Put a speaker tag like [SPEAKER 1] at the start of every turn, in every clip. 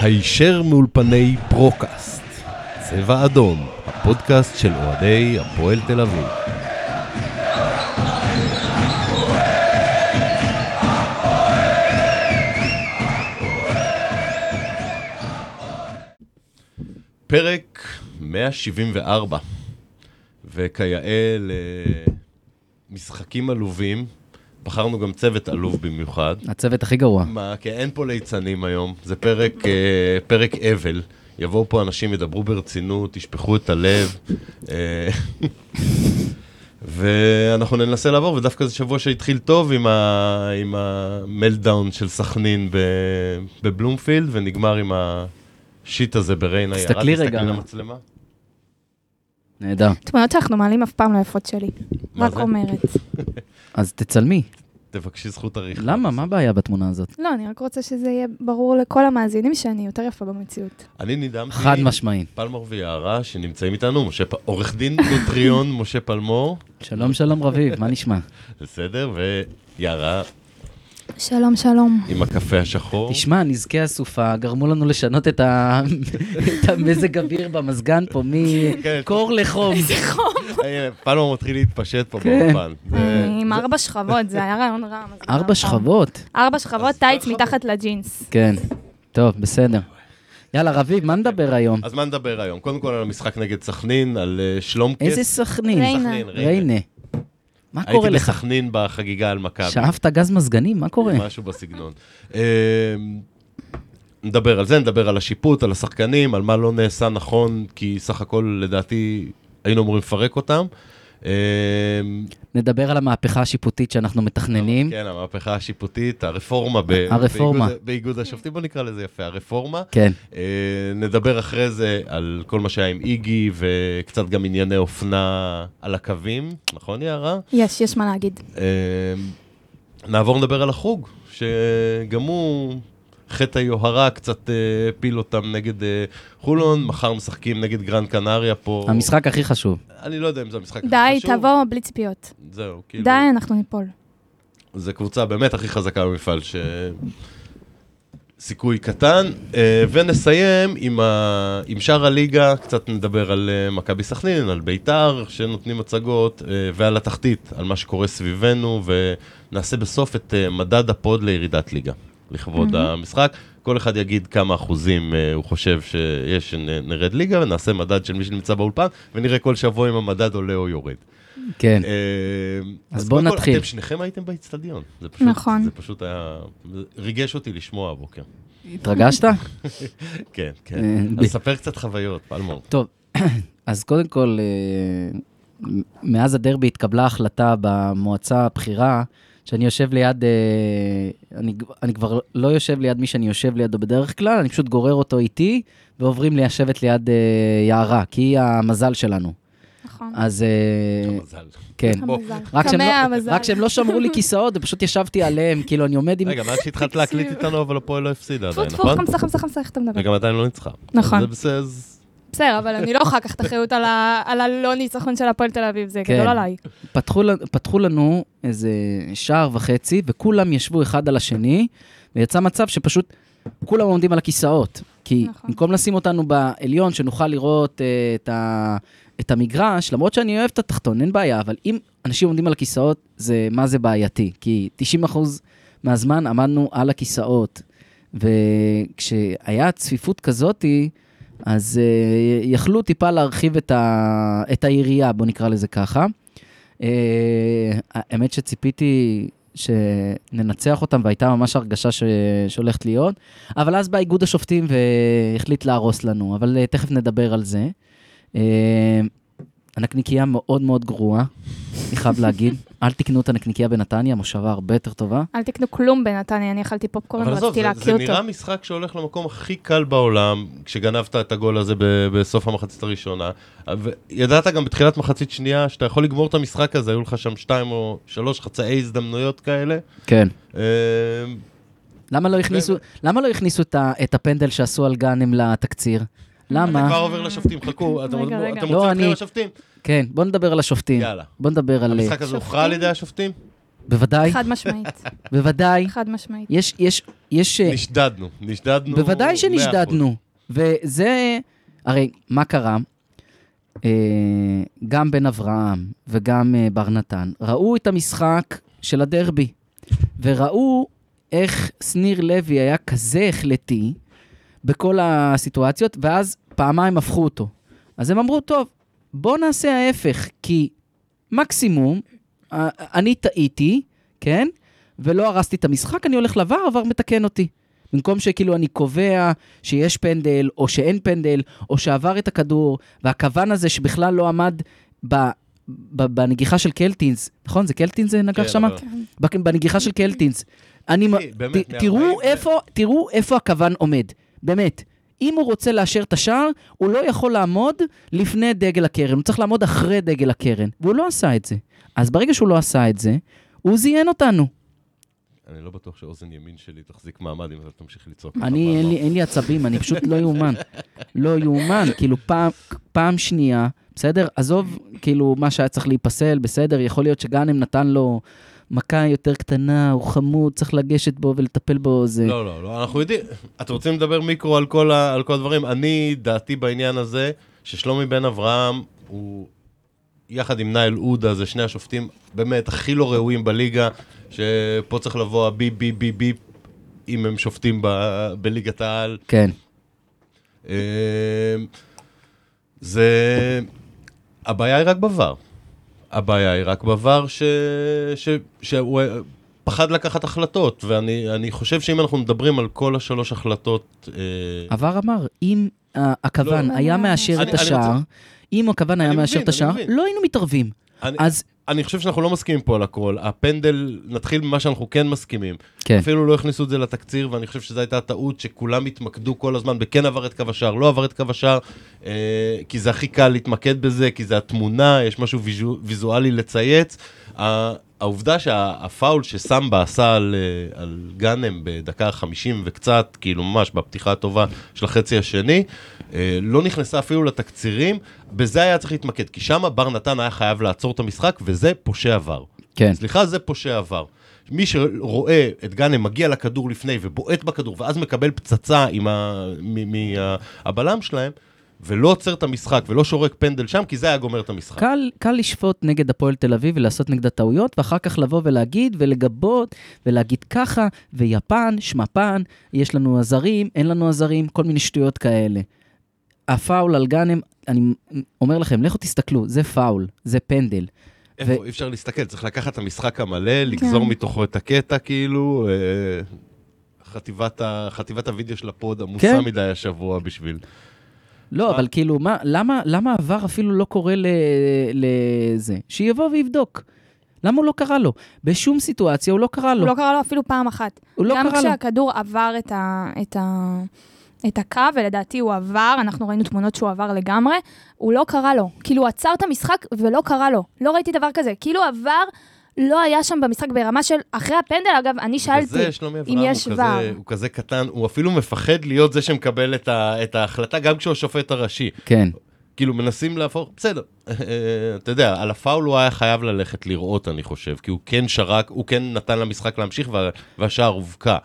[SPEAKER 1] הישר מאולפני פרוקאסט, צבע אדום, הפודקאסט של אוהדי הפועל תל אביב. פרק 174, וכיאה למשחקים עלובים, בחרנו גם צוות עלוב במיוחד.
[SPEAKER 2] הצוות הכי גרוע.
[SPEAKER 1] מה, כי אין פה ליצנים היום, זה פרק, אה, פרק אבל. יבואו פה אנשים, ידברו ברצינות, ישפכו את הלב. אה, ואנחנו ננסה לעבור, ודווקא זה שבוע שהתחיל טוב עם, ה... עם המלדאון של סכנין ב... בבלומפילד, ונגמר עם השיט הזה בריינה.
[SPEAKER 2] תסתכלי
[SPEAKER 1] ירד,
[SPEAKER 2] רגע.
[SPEAKER 1] תסתכלי למצלמה.
[SPEAKER 2] נהדר.
[SPEAKER 3] תמונות שאנחנו מעלים אף פעם לא יפות שלי.
[SPEAKER 1] מה
[SPEAKER 3] רק
[SPEAKER 1] זה?
[SPEAKER 3] אומרת.
[SPEAKER 2] אז תצלמי.
[SPEAKER 1] תבקשי זכות עריכה.
[SPEAKER 2] למה? מה הבעיה בתמונה הזאת?
[SPEAKER 3] לא, אני רק רוצה שזה יהיה ברור לכל המאזינים שאני יותר יפה במציאות.
[SPEAKER 1] אני נדהמתי.
[SPEAKER 2] חד משמעי.
[SPEAKER 1] פלמור ויערה, שנמצאים איתנו, משה פ... עורך דין נוטריון משה פלמור.
[SPEAKER 2] שלום, שלום, רביב, מה נשמע?
[SPEAKER 1] בסדר, ויערה
[SPEAKER 3] שלום, שלום.
[SPEAKER 1] עם הקפה השחור.
[SPEAKER 2] תשמע, נזקי הסופה גרמו לנו לשנות את ה- את המזג אוויר במזגן פה
[SPEAKER 1] כן.
[SPEAKER 2] מקור לחום.
[SPEAKER 1] אה, הנה, פלמור מתחיל להתפשט פה
[SPEAKER 2] כן.
[SPEAKER 1] באולפן. זה-
[SPEAKER 3] אני עם ארבע שכבות, זה היה רעיון רע. אז זה
[SPEAKER 2] ארבע
[SPEAKER 3] פעם.
[SPEAKER 2] שכבות.
[SPEAKER 3] ארבע שכבות
[SPEAKER 1] אז
[SPEAKER 3] טייץ
[SPEAKER 1] שכבות.
[SPEAKER 3] מתחת לג'ינס.
[SPEAKER 2] כן. טוב, בסדר. יאללה, רביב, מה נדבר היום?
[SPEAKER 1] אז מה נדבר היום? קודם כל על המשחק נגד סכנין, על אה, שלום כס.
[SPEAKER 2] איזה סכנין. אה?
[SPEAKER 3] ריינה.
[SPEAKER 2] ריינה. מה קורה
[SPEAKER 1] הייתי
[SPEAKER 2] לך?
[SPEAKER 1] בסכנין בחגיגה על מכבי.
[SPEAKER 2] שאפת גז מזגנים? מה קורה?
[SPEAKER 1] משהו בסגנון. אה, נדבר על זה, נדבר על השיפוט, על השחקנים, על מה לא נעשה נכון, כי סך הכל, לדעתי, היינו אמורים לפרק אותם. אה,
[SPEAKER 2] נדבר על המהפכה השיפוטית שאנחנו מתכננים.
[SPEAKER 1] כן, המהפכה השיפוטית, הרפורמה. ב-
[SPEAKER 2] הרפורמה.
[SPEAKER 1] באיגוד, באיגוד השופטים, בוא נקרא לזה יפה, הרפורמה.
[SPEAKER 2] כן.
[SPEAKER 1] אה, נדבר אחרי זה על כל מה שהיה עם איגי, וקצת גם ענייני אופנה על הקווים, נכון יערה?
[SPEAKER 3] יש, יש מה להגיד.
[SPEAKER 1] אה, נעבור לדבר על החוג, שגם הוא... חטא היוהרה קצת אה, הפיל אותם נגד אה, חולון, מחר משחקים נגד גרן קנריה פה.
[SPEAKER 2] המשחק הכי חשוב.
[SPEAKER 1] אני לא יודע אם זה המשחק הכי
[SPEAKER 3] די,
[SPEAKER 1] חשוב.
[SPEAKER 3] תבוא בלי ציפיות.
[SPEAKER 1] זהו, כאילו.
[SPEAKER 3] די, אנחנו ניפול.
[SPEAKER 1] זו קבוצה באמת הכי חזקה במפעל, ש... סיכוי קטן, אה, ונסיים עם, ה... עם שאר הליגה, קצת נדבר על אה, מכבי סכנין, על ביתר שנותנים הצגות, אה, ועל התחתית, על מה שקורה סביבנו, ונעשה בסוף את אה, מדד הפוד לירידת ליגה, לכבוד
[SPEAKER 3] מהמם.
[SPEAKER 1] המשחק. כל אחד יגיד כמה אחוזים אה, הוא חושב שיש שנרד ליגה, ונעשה מדד של מי שנמצא באולפן, ונראה כל שבוע אם המדד עולה או יורד.
[SPEAKER 2] כן.
[SPEAKER 1] אה,
[SPEAKER 2] אז בואו
[SPEAKER 1] קודם כל,
[SPEAKER 2] נתחיל.
[SPEAKER 1] אתם שניכם הייתם באיצטדיון. זה פשוט,
[SPEAKER 3] נכון.
[SPEAKER 1] זה פשוט היה... זה ריגש אותי לשמוע הבוקר.
[SPEAKER 2] התרגשת?
[SPEAKER 1] כן, כן.
[SPEAKER 2] אה, ב-
[SPEAKER 1] אז ספר קצת חוויות, פלמור.
[SPEAKER 2] טוב, אז קודם כל, אה, מ- מאז הדרבי התקבלה החלטה במועצה הבכירה, שאני יושב ליד, אה, אני, ג- אני כבר לא יושב ליד מי שאני יושב לידו בדרך כלל, אני פשוט גורר אותו איתי, ועוברים לשבת ליד אה, יערה, כי היא המזל שלנו.
[SPEAKER 3] נכון.
[SPEAKER 2] אז אה,
[SPEAKER 1] המזל.
[SPEAKER 2] כן.
[SPEAKER 1] בוא.
[SPEAKER 3] המזל.
[SPEAKER 2] רק שהם,
[SPEAKER 3] קמע
[SPEAKER 2] לא,
[SPEAKER 3] המזל.
[SPEAKER 2] רק שהם לא שמרו לי כיסאות, ופשוט ישבתי עליהם, כאילו, אני עומד עם...
[SPEAKER 1] רגע, מאז שהתחלת להקליט איתנו, אבל הפועל לא הפסידה
[SPEAKER 3] טפו
[SPEAKER 1] עדיין,
[SPEAKER 3] טפו,
[SPEAKER 1] נכון?
[SPEAKER 3] חמסה חמסה חמסה, איך אתה מדבר?
[SPEAKER 1] וגם עדיין לא ניצחה.
[SPEAKER 3] נכון.
[SPEAKER 1] זה בסדר, אז...
[SPEAKER 3] בסדר, אבל אני לא אוכל לקחת אחריות על ה- על הלא ניצחון של הפועל תל אביב, זה
[SPEAKER 2] כן.
[SPEAKER 3] גדול עליי.
[SPEAKER 2] פתחו, לנו- פתחו לנו איזה שער וחצי, וכולם ישבו אחד על השני, ויצא מצב שפשוט כולם עומדים על הכיסאות. כי נכון.
[SPEAKER 3] נכון.
[SPEAKER 2] במקום לשים אותנו בעליון, שנוכל לראות אה, את, ה, את המגרש, למרות שאני אוהב את התחתון, אין בעיה, אבל אם אנשים עומדים על הכיסאות, זה מה זה בעייתי? כי 90% מהזמן עמדנו על הכיסאות, וכשהיה צפיפות כזאתי, אז אה, יכלו טיפה להרחיב את, ה, את היריעה, בוא נקרא לזה ככה. אה, האמת שציפיתי שננצח אותם, והייתה ממש הרגשה ש... שהולכת להיות, אבל אז בא איגוד השופטים והחליט להרוס לנו, אבל אה, תכף נדבר על זה. אה, הנקניקייה מאוד מאוד גרועה, אני חייב להגיד. אל תקנו את הנקניקייה בנתניה, מושבה הרבה יותר טובה.
[SPEAKER 3] אל תקנו כלום בנתניה, אני אכלתי פופקורן
[SPEAKER 1] אבל עזוב,
[SPEAKER 3] ורציתי
[SPEAKER 1] זה-
[SPEAKER 3] להקיא
[SPEAKER 1] זה
[SPEAKER 3] אותו.
[SPEAKER 1] נראה משחק שהולך למקום הכי קל בעולם, כשגנבת את הגול הזה ב- בסוף המחצית הראשונה. ו- ידעת גם בתחילת מחצית שנייה שאתה יכול לגמור את המשחק הזה, היו לך שם שתיים או שלוש חצאי הזדמנויות כאלה.
[SPEAKER 2] כן.
[SPEAKER 1] אה,
[SPEAKER 2] למה לא הכניסו, למה לא הכניסו את, ה... את הפנדל שעשו על גאנם לתקציר?
[SPEAKER 1] אתה כבר
[SPEAKER 2] למה?
[SPEAKER 1] עובר לשופטים, חכו, אתם
[SPEAKER 3] רגע,
[SPEAKER 1] אתם
[SPEAKER 3] רגע.
[SPEAKER 1] רוצים
[SPEAKER 2] לא,
[SPEAKER 1] להתחיל
[SPEAKER 2] אני-
[SPEAKER 1] לשופטים?
[SPEAKER 2] כן, בוא נדבר על השופטים.
[SPEAKER 1] יאללה.
[SPEAKER 2] בוא נדבר על...
[SPEAKER 1] המשחק הזה
[SPEAKER 3] שופטים?
[SPEAKER 1] הוכרע על ידי השופטים?
[SPEAKER 2] בוודאי,
[SPEAKER 3] חד משמעית,
[SPEAKER 2] בוודאי.
[SPEAKER 3] חד משמעית.
[SPEAKER 2] יש, יש, יש... אה,
[SPEAKER 1] נשדדנו, נשדדנו.
[SPEAKER 2] בוודאי
[SPEAKER 1] 100%.
[SPEAKER 2] שנשדדנו. וזה, הרי, מה קרה? אה, גם בן אברהם וגם אה, בר נתן ראו את המשחק של הדרבי, וראו איך שניר לוי היה כזה החלטי בכל הסיטואציות, ואז פעמיים הפכו אותו. אז הם אמרו, טוב, בואו נעשה ההפך, כי מקסימום, אה, אני טעיתי, כן? ולא הרסתי את המשחק, אני הולך לVAR, הVAR מתקן אותי. במקום שכאילו אני קובע שיש פנדל, או שאין פנדל, או שעבר את הכדור, והכוון הזה שבכלל לא עמד ב, ב, בנגיחה של קלטינס, נכון? זה קלטינס זה נגח
[SPEAKER 1] כן,
[SPEAKER 2] שם?
[SPEAKER 1] אבל-
[SPEAKER 2] בק- בנגיחה של קלטינס. אני... מ-
[SPEAKER 1] באמת, כן.
[SPEAKER 2] ת-
[SPEAKER 1] מ-
[SPEAKER 2] תראו
[SPEAKER 1] 40,
[SPEAKER 2] איפה, תראו איפה הכוון עומד, באמת. אם הוא רוצה לאשר את השער, הוא לא יכול לעמוד לפני דגל הקרן, הוא צריך לעמוד אחרי דגל הקרן, והוא לא עשה את זה. אז ברגע שהוא לא עשה את זה, הוא זיין אותנו.
[SPEAKER 1] אני לא בטוח שאוזן ימין שלי תחזיק מעמד אם אתה תמשיך לצעוק. ככה
[SPEAKER 2] אני, אין
[SPEAKER 1] מהמם.
[SPEAKER 2] לי, אין לי עצבים, אני פשוט לא יאומן. לא יאומן, כאילו פעם, פעם שנייה, בסדר? עזוב, כאילו, מה שהיה צריך להיפסל, בסדר? יכול להיות שגאנם נתן לו מכה יותר קטנה, הוא חמוד, צריך לגשת בו ולטפל בו, זה...
[SPEAKER 1] לא, לא, לא, אנחנו יודעים. אתם רוצים לדבר מיקרו על כל, ה, על כל הדברים? אני, דעתי בעניין הזה, ששלומי בן אברהם הוא, יחד עם נאיל עודה, זה שני השופטים באמת הכי לא ראויים בליגה, שפה צריך לבוא הבי בי בי בי, אם הם שופטים ב, בליגת העל.
[SPEAKER 2] כן.
[SPEAKER 1] אמ, זה... הבעיה היא רק בVAR. הבעיה היא רק בVAR ש... ש... שהוא אה, פחד לקחת החלטות, ואני אני חושב שאם אנחנו מדברים על כל השלוש החלטות... אה,
[SPEAKER 2] עבר אמר, אם אה, הכוון
[SPEAKER 1] לא.
[SPEAKER 2] היה מאשר
[SPEAKER 1] אני-
[SPEAKER 2] את
[SPEAKER 1] אני רוצה-
[SPEAKER 2] השער, אם הכוון היה
[SPEAKER 1] אני
[SPEAKER 2] מאשר
[SPEAKER 1] מבין,
[SPEAKER 2] את השער,
[SPEAKER 1] אני מבין.
[SPEAKER 2] לא היינו מתערבים.
[SPEAKER 1] אני,
[SPEAKER 2] אז
[SPEAKER 1] אני חושב שאנחנו לא מסכימים פה על הכל. הפנדל, נתחיל ממה שאנחנו כן מסכימים.
[SPEAKER 2] כן,
[SPEAKER 1] אפילו לא הכניסו את זה לתקציר, ואני חושב שזו הייתה הטעות שכולם התמקדו כל הזמן בכן עבר את קו השער, לא עבר את קו השער, אה, כי זה הכי קל להתמקד בזה, כי זה התמונה, יש משהו ויזו, ויזואלי לצייץ. ה- העובדה שהפאול שסמבה עשה על, אה, על גאנם בדקה 50 וקצת, כאילו ממש בפתיחה הטובה של החצי השני, אה, לא נכנסה אפילו לתקצירים, בזה היה צריך להתמקד, כי שם בר נתן היה חייב לעצור את המשחק, וזה פושע עבר.
[SPEAKER 2] כן.
[SPEAKER 1] סליחה, זה פושע עבר. מי שרואה את גאנם מגיע לכדור לפני ובועט בכדור, ואז מקבל פצצה עם ה... מ- מ- ה- הבלם שלהם, ולא עוצר את המשחק ולא שורק פנדל שם, כי זה היה גומר את
[SPEAKER 3] כן.
[SPEAKER 1] המשחק.
[SPEAKER 2] קל, קל לשפוט נגד הפועל תל אביב ולעשות נגדה טעויות, ואחר כך לבוא ולהגיד ולגבות ולהגיד ככה, ויפן, שמפן, יש לנו עזרים, אין לנו עזרים, כל מיני שטויות כאלה. הפאול על גאנם, אני אומר לכם, לכו תסתכלו, זה פאול, זה פנדל.
[SPEAKER 1] איפה,
[SPEAKER 2] ו-
[SPEAKER 1] אי אפשר להסתכל, צריך לקחת את המשחק המלא,
[SPEAKER 3] כן.
[SPEAKER 1] לגזור מתוכו את הקטע, כאילו... אה, חטיבת, ה... חטיבת הוידאו של הפוד עמוסה
[SPEAKER 2] כן.
[SPEAKER 1] מדי השבוע בשביל...
[SPEAKER 2] לא,
[SPEAKER 1] מה?
[SPEAKER 2] אבל כאילו, מה, למה, למה עבר אפילו לא קורא ל- לזה? שיבוא ויבדוק. למה הוא לא קרא לו? בשום סיטואציה הוא לא קרא לו.
[SPEAKER 3] הוא לא קרא לו אפילו פעם אחת.
[SPEAKER 2] הוא לא
[SPEAKER 3] גם
[SPEAKER 2] קרא לו.
[SPEAKER 3] כשהכדור עבר את ה... את ה... את הקו, ולדעתי הוא עבר, אנחנו ראינו תמונות שהוא עבר לגמרי, הוא לא קרא לו. כאילו, הוא עצר את המשחק ולא קרא לו. לא ראיתי דבר כזה. כאילו עבר, לא היה שם במשחק ברמה של... אחרי הפנדל, אגב, אני שאלתי,
[SPEAKER 1] בגלל זה שלומי אברהם הוא
[SPEAKER 3] יש
[SPEAKER 1] כזה,
[SPEAKER 3] ור.
[SPEAKER 1] הוא כזה קטן, הוא אפילו מפחד להיות זה שמקבל את, ה... את ההחלטה, גם כשהוא השופט הראשי.
[SPEAKER 2] כן.
[SPEAKER 1] כאילו מנסים להפוך, בסדר, אה, אתה יודע, על הפאול הוא היה חייב ללכת לראות, אני חושב, כי הוא כן שרק, הוא כן נתן למשחק להמשיך וה- והשער הובקע.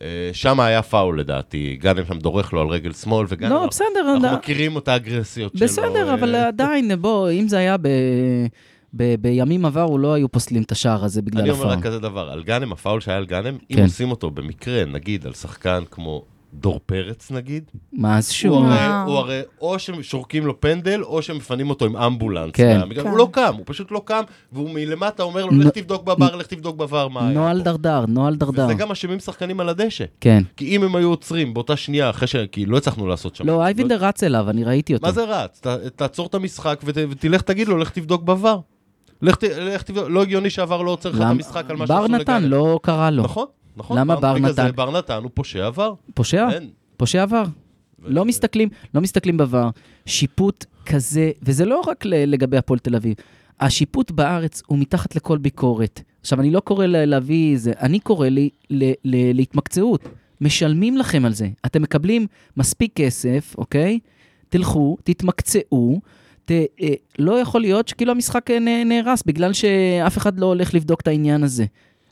[SPEAKER 1] אה, שם היה פאול לדעתי, גאנם שם דורך לו על רגל שמאל, וגם
[SPEAKER 2] לא, בסדר,
[SPEAKER 1] אנחנו
[SPEAKER 2] אני-
[SPEAKER 1] מכירים את האגרסיות שלו.
[SPEAKER 2] בסדר,
[SPEAKER 1] אה,
[SPEAKER 2] אבל עדיין, בוא, אם זה היה ב... ב- בימים עברו לא היו פוסלים את השער הזה בגלל
[SPEAKER 1] אני אומר
[SPEAKER 2] הפעם.
[SPEAKER 1] רק כזה דבר, על גאנם, הפאול שהיה על גאנם, אם
[SPEAKER 2] נכון. כן.
[SPEAKER 1] עושים אותו במקרה, נגיד, על שחקן כמו דור פרץ, נגיד,
[SPEAKER 2] מה, אז
[SPEAKER 1] הוא
[SPEAKER 2] שוב,
[SPEAKER 1] הרי,
[SPEAKER 3] וואו.
[SPEAKER 1] הוא הרי או ששורקים לו פנדל, או שמפנים אותו עם אמבולנס.
[SPEAKER 2] כן.
[SPEAKER 1] מהמגרש.
[SPEAKER 3] כן.
[SPEAKER 1] הוא לא קם, הוא פשוט לא קם, והוא מלמטה אומר לו,
[SPEAKER 2] נו-
[SPEAKER 1] לך תבדוק בבר, לך תבדוק בבר מה היה
[SPEAKER 2] נוהל
[SPEAKER 1] פה."
[SPEAKER 2] דרדר, נוהל דרדר.
[SPEAKER 1] וזה גם אשמים שחקנים על הדשא.
[SPEAKER 2] כן.
[SPEAKER 1] כי אם הם היו עוצרים באותה שנייה אחרי ש... כי לא הצלחנו לעשות שם.
[SPEAKER 2] לא, אייבינדר רץ אליו, אני ראיתי אותו.
[SPEAKER 1] מה זה רץ? ת, תעצור את המשחק ות, ותלך, תגיד לו, לך תבדוק בבר. לך, ת, לך תבדוק, לא הגיוני שעבר לא עוצר לך את
[SPEAKER 2] למ-
[SPEAKER 1] המשחק על מה
[SPEAKER 2] בר
[SPEAKER 1] שעשו
[SPEAKER 2] נתן
[SPEAKER 1] לגלנט.
[SPEAKER 2] לא קרא לו.
[SPEAKER 1] נכון, נכון.
[SPEAKER 2] למה בר
[SPEAKER 1] בגלל
[SPEAKER 2] נתן?
[SPEAKER 1] זה בר נתן הוא פושע עבר.
[SPEAKER 2] פושע?
[SPEAKER 1] אין.
[SPEAKER 2] פושע עבר. לא מסתכלים, לא מסתכלים בVAR. שיפוט כזה, וזה לא רק ל- לגבי הפועל תל אביב, השיפוט בארץ הוא מתחת לכל ביקורת. עכשיו, אני לא קורא ל- להביא זה, אני קורא לי ל- ל- להתמקצעות. משלמים לכם על זה. אתם מקבלים מספיק כסף, אוקיי? תלכו, תתמקצעו. ת, אה, לא יכול להיות שכאילו המשחק אה, נ- נהרס בגלל שאף אחד לא הולך לבדוק את העניין הזה.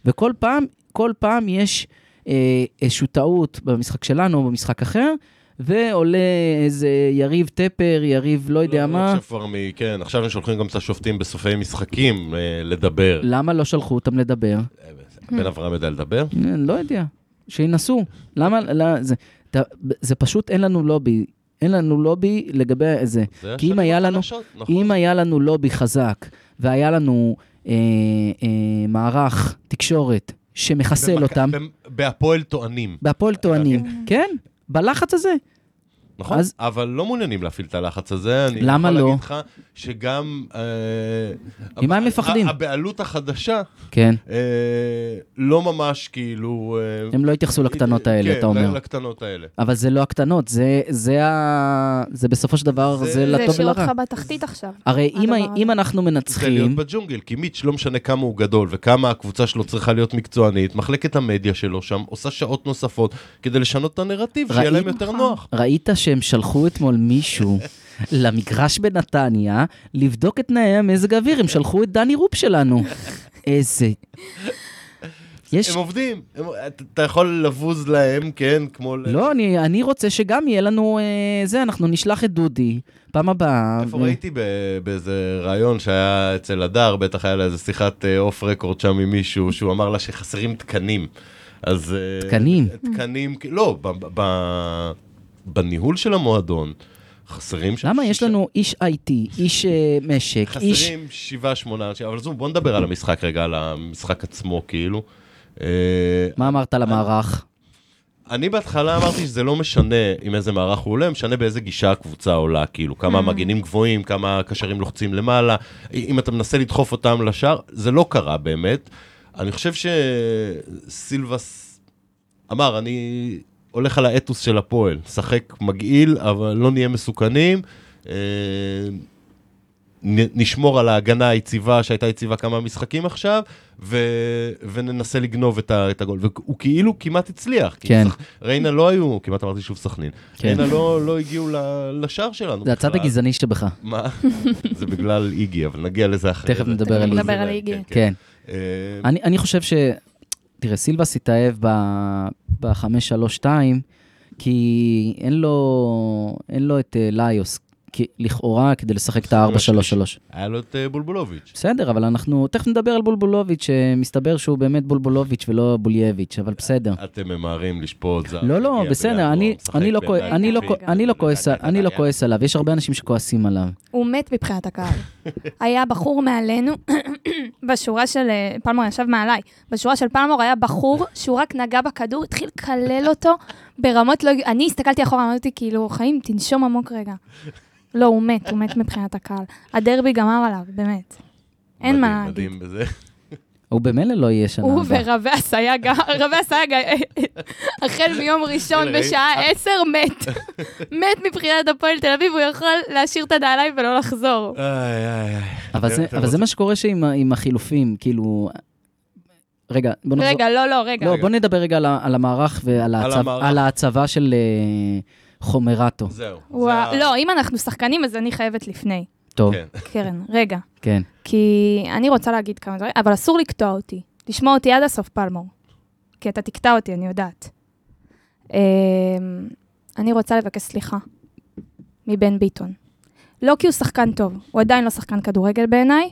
[SPEAKER 2] וכל פעם, כל פעם יש אה, איזושהי טעות במשחק שלנו או במשחק אחר, ועולה איזה יריב טפר, יריב לא יודע
[SPEAKER 1] לא,
[SPEAKER 2] מה.
[SPEAKER 1] עכשיו כבר מ... כן, עכשיו הם שולחים גם את השופטים בסופי משחקים אה, לדבר.
[SPEAKER 2] למה לא שלחו אותם לדבר?
[SPEAKER 1] אה, בן אברהם יודע לדבר?
[SPEAKER 2] אה, לא יודע, שינסו. למה, לא, זה, אתה- זה פשוט אין לנו לובי. אין לנו לובי לגבי זה.
[SPEAKER 1] זה
[SPEAKER 2] כי אם
[SPEAKER 1] השנים
[SPEAKER 2] היה לנו,
[SPEAKER 1] החדשות, נכון.
[SPEAKER 2] אם היה לנו לובי חזק, והיה לנו אה, אה, מערך תקשורת שמחסל
[SPEAKER 1] במכ-
[SPEAKER 2] אותם,
[SPEAKER 1] במ- בהפועל טוענים,
[SPEAKER 2] בהפועל טוענים, כן, בלחץ הזה.
[SPEAKER 1] נכון?
[SPEAKER 2] אז-
[SPEAKER 1] אבל לא מעוניינים להפעיל את הלחץ הזה. אני
[SPEAKER 2] למה
[SPEAKER 1] יכול
[SPEAKER 2] לא?
[SPEAKER 1] להגיד לך שגם... אה,
[SPEAKER 2] ממה הם
[SPEAKER 1] ה-
[SPEAKER 2] מפחדים?
[SPEAKER 1] ה- הבעלות החדשה
[SPEAKER 2] כן,
[SPEAKER 1] אה, לא ממש כאילו... אה,
[SPEAKER 2] הם לא התייחסו לקטנות האלה, אתה
[SPEAKER 1] כן,
[SPEAKER 2] אומר.
[SPEAKER 1] ל- לקטנות האלה.
[SPEAKER 2] אבל זה לא הקטנות, זה, זה, ה... זה בסופו של דבר,
[SPEAKER 1] זה-
[SPEAKER 2] זה
[SPEAKER 1] זה
[SPEAKER 2] לטוב
[SPEAKER 3] זה
[SPEAKER 2] ולרע.
[SPEAKER 3] אותך בתחתית עכשיו.
[SPEAKER 2] הרי אם,
[SPEAKER 3] הדבר
[SPEAKER 2] אם אנחנו
[SPEAKER 1] זה להיות
[SPEAKER 2] מנצחים,
[SPEAKER 1] בג'ונגל, כי מיץ' לא משנה כמה הוא גדול וכמה הקבוצה שלו צריכה להיות מקצוענית, מחלקת המדיה שלו שם עושה שעות נוספות כדי לשנות את הנרטיב, שיהיה
[SPEAKER 2] ראית-
[SPEAKER 1] להם יותר
[SPEAKER 3] נכון.
[SPEAKER 1] נוח.
[SPEAKER 2] ראית שהם שלחו אתמול מישהו למגרש בנתניה לבדוק את תנאי המזג האוויר, הם שלחו את דני רופ שלנו. איזה... יש...
[SPEAKER 1] הם עובדים, הם- אתה- אתה יכול לבוז להם, כן, כמו... ל-
[SPEAKER 2] לא, אני, אני רוצה שגם יהיה לנו... אה, זה, אנחנו נשלח את דודי, פעם הבאה.
[SPEAKER 1] איפה
[SPEAKER 2] ו-
[SPEAKER 1] ראיתי ב- באיזה ראיון שהיה אצל הדר, בטח היה לה איזה שיחת אה, אוף רקורד שם עם מישהו, שהוא אמר לה שחסרים תקנים. אז... אה,
[SPEAKER 2] תקנים?
[SPEAKER 1] תקנים, כי- לא, ב- ב- ב- בניהול של המועדון, חסרים שם...
[SPEAKER 2] למה יש
[SPEAKER 1] שישה-
[SPEAKER 2] לנו איש IT, איש אה, משק, איש...
[SPEAKER 1] חסרים שבעה, שמונה אנשים, אבל זו, בוא נדבר על המשחק רגע, על המשחק עצמו, כאילו. אה,
[SPEAKER 2] מה אמרת למערך?
[SPEAKER 1] אני בהתחלה אמרתי שזה לא משנה עם איזה מערך הוא עולה, משנה באיזה גישה הקבוצה עולה, כאילו, כמה המגנים גבוהים, כמה הקשרים לוחצים למעלה, אם אתה מנסה לדחוף אותם לשער, זה לא קרה באמת. אני חושב שסילבס אמר, אני הולך על האתוס של הפועל, שחק מגעיל, אבל לא נהיה מסוכנים. אה, נ- נשמור על ההגנה היציבה שהייתה יציבה כמה משחקים עכשיו, ו... וננסה לגנוב את, ה... את הגול. והוא כאילו כמעט הצליח. כי
[SPEAKER 2] כן.
[SPEAKER 1] ריינה לא היו, כמעט אמרתי שוב סכנין.
[SPEAKER 2] כן.
[SPEAKER 1] ריינה לא, לא הגיעו ל... לשער שלנו.
[SPEAKER 2] זה הצד
[SPEAKER 1] לא בכלל. כן.
[SPEAKER 2] הגזעני שבך.
[SPEAKER 1] מה? זה בגלל איגי, אבל נגיע לזה אחרי
[SPEAKER 2] תכף
[SPEAKER 1] זה.
[SPEAKER 2] נדבר על איגי.
[SPEAKER 3] נדבר על איגי.
[SPEAKER 1] כן, כן.
[SPEAKER 2] כן.
[SPEAKER 1] אה,
[SPEAKER 2] אני, אני חושב ש... תראה, סילבס התאהב ב-532, כי אין לו, אין לו את אה, ליוס, כי- לכאורה, כדי לשחק את ה-433.
[SPEAKER 1] היה לו את אה, בולבולוביץ'.
[SPEAKER 2] בסדר, אבל אנחנו תכף נדבר על בולבולוביץ', שמסתבר שהוא באמת בולבולוביץ' ולא בולייביץ', אבל בסדר.
[SPEAKER 1] אתם ממהרים לשפוט זר.
[SPEAKER 2] לא, לא,
[SPEAKER 1] מגיע
[SPEAKER 2] בסדר,
[SPEAKER 1] בינואר,
[SPEAKER 2] אני-
[SPEAKER 1] משחק
[SPEAKER 2] אני לא כוע-
[SPEAKER 1] בידיים
[SPEAKER 2] אני
[SPEAKER 3] כן,
[SPEAKER 2] לא כוע-
[SPEAKER 1] יפים.
[SPEAKER 2] אני לא כועס על- אני לא כועס עליו, יש הרבה אנשים שכועסים עליו.
[SPEAKER 3] הוא מת מבחינת הקהל. היה בחור מעלינו, בשורה של, אה, פלמור ישב מעליי, בשורה של פלמור היה בחור שהוא רק נגע בכדור, התחיל לקלל אותו ברמות לא... הג- אני הסתכלתי אחורה, אמרתי כאילו, חיים, תנשום עמוק רגע. לא, הוא מת, הוא מת מבחינת הקהל. הדרבי גמר עליו, באמת. אין מה
[SPEAKER 1] מדהים,
[SPEAKER 3] להגיד.
[SPEAKER 1] מדהים בזה.
[SPEAKER 2] הוא במילא לא יהיה שנה
[SPEAKER 3] הוא
[SPEAKER 2] הבאה.
[SPEAKER 3] ורבי הסייג, רבי הסייג, אה, החל מיום ראשון
[SPEAKER 1] אלוהים.
[SPEAKER 3] בשעה
[SPEAKER 2] אה.
[SPEAKER 3] עשר, מת. מת מבחינת הפועל תל אביב, הוא יכול להשאיר את הנעליים ולא לחזור.
[SPEAKER 1] איי, איי, אוקיי, איי.
[SPEAKER 2] אבל זה-
[SPEAKER 1] אתם
[SPEAKER 2] אבל זה מה שקורה שעם ה- עם החילופים, כאילו... רגע, בוא נחזור.
[SPEAKER 3] רגע, לא, לא, רגע.
[SPEAKER 2] לא, בוא נדבר רגע על ה- על המערך כן. ועל ההצב-
[SPEAKER 1] המערך.
[SPEAKER 2] על ההצבה של אה, חומרטו.
[SPEAKER 1] זהו. זה
[SPEAKER 3] וואו,
[SPEAKER 1] ה-
[SPEAKER 3] לא, אם אנחנו שחקנים, אז אני חייבת לפני.
[SPEAKER 2] טוב,
[SPEAKER 1] כן.
[SPEAKER 3] קרן, רגע.
[SPEAKER 2] כן.
[SPEAKER 3] כי אני רוצה להגיד כמה דברים, אבל אסור לקטוע אותי. לשמוע אותי עד הסוף, פלמור. כי אתה תקטע אותי, אני יודעת. אמ, אני רוצה לבקש סליחה מבן ביטון. לא כי הוא שחקן טוב, הוא עדיין לא שחקן כדורגל בעיניי,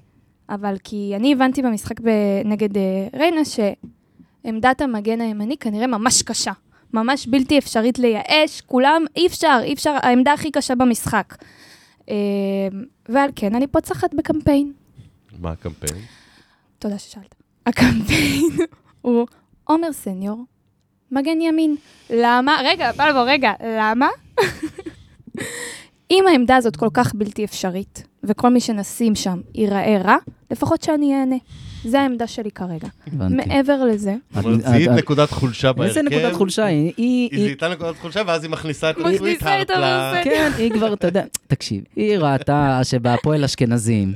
[SPEAKER 3] אבל כי אני הבנתי במשחק ב- נגד אה, ריינה שעמדת המגן הימני כנראה ממש קשה. ממש בלתי אפשרית לייאש, כולם, אי אפשר, אי אפשר, העמדה הכי קשה במשחק. אמ, ועל כן, אני פוצחת בקמפיין.
[SPEAKER 1] מה הקמפיין?
[SPEAKER 3] תודה ששאלת. הקמפיין הוא עומר סניור, מגן ימין. למה? רגע, פלבו, רגע, למה? אם העמדה הזאת כל כך בלתי אפשרית, וכל מי שנשים שם ייראה רע, לפחות שאני אהנה. זה העמדה שלי כרגע.
[SPEAKER 2] הבנתי.
[SPEAKER 3] מעבר לזה,
[SPEAKER 1] זאת אומרת, זיהית
[SPEAKER 2] את-
[SPEAKER 1] נקודת חולשה בהרכב.
[SPEAKER 2] איזה נקודת חולשה היא? היא...
[SPEAKER 1] היא
[SPEAKER 2] היא-
[SPEAKER 1] זיהתה נקודת חולשה, ואז היא מכניסה את
[SPEAKER 3] מכניסה
[SPEAKER 1] הסוויטהארט
[SPEAKER 3] את
[SPEAKER 1] ל...
[SPEAKER 3] הנושא.
[SPEAKER 2] כן, היא כבר, אתה יודע, תקשיב, היא ראתה שבהפועל אשכנזים,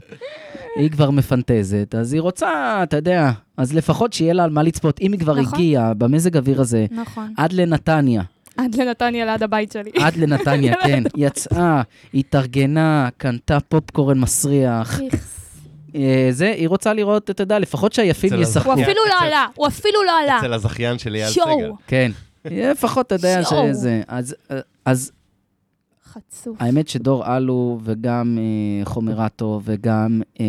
[SPEAKER 2] היא כבר מפנטזת, אז היא רוצה, אתה יודע, אז לפחות שיהיה לה על מה לצפות. אם היא כבר
[SPEAKER 3] נכון.
[SPEAKER 2] הגיעה במזג אוויר הזה,
[SPEAKER 3] נכון.
[SPEAKER 2] עד לנתניה,
[SPEAKER 3] עד לנתניה ליד הבית שלי.
[SPEAKER 2] עד לנתניה, כן, יצאה, התארגנה, קנתה פופקורן מסריח, אה, זה, היא רוצה לראות, אתה יודע, לפחות שהיפים
[SPEAKER 1] אצל
[SPEAKER 2] ישחקו.
[SPEAKER 3] הוא
[SPEAKER 1] כן,
[SPEAKER 3] אפילו לא
[SPEAKER 1] אצל-
[SPEAKER 3] עלה, הוא אפילו לא עלה.
[SPEAKER 1] אצל הזכיין של אייל סגל.
[SPEAKER 3] שואו,
[SPEAKER 2] כן. יהיה לפחות, אתה יודע,
[SPEAKER 3] שואו.
[SPEAKER 2] שזה... אז, אז
[SPEAKER 3] חצוף.
[SPEAKER 2] האמת שדור אלו וגם אה, חומרטו וגם... אה,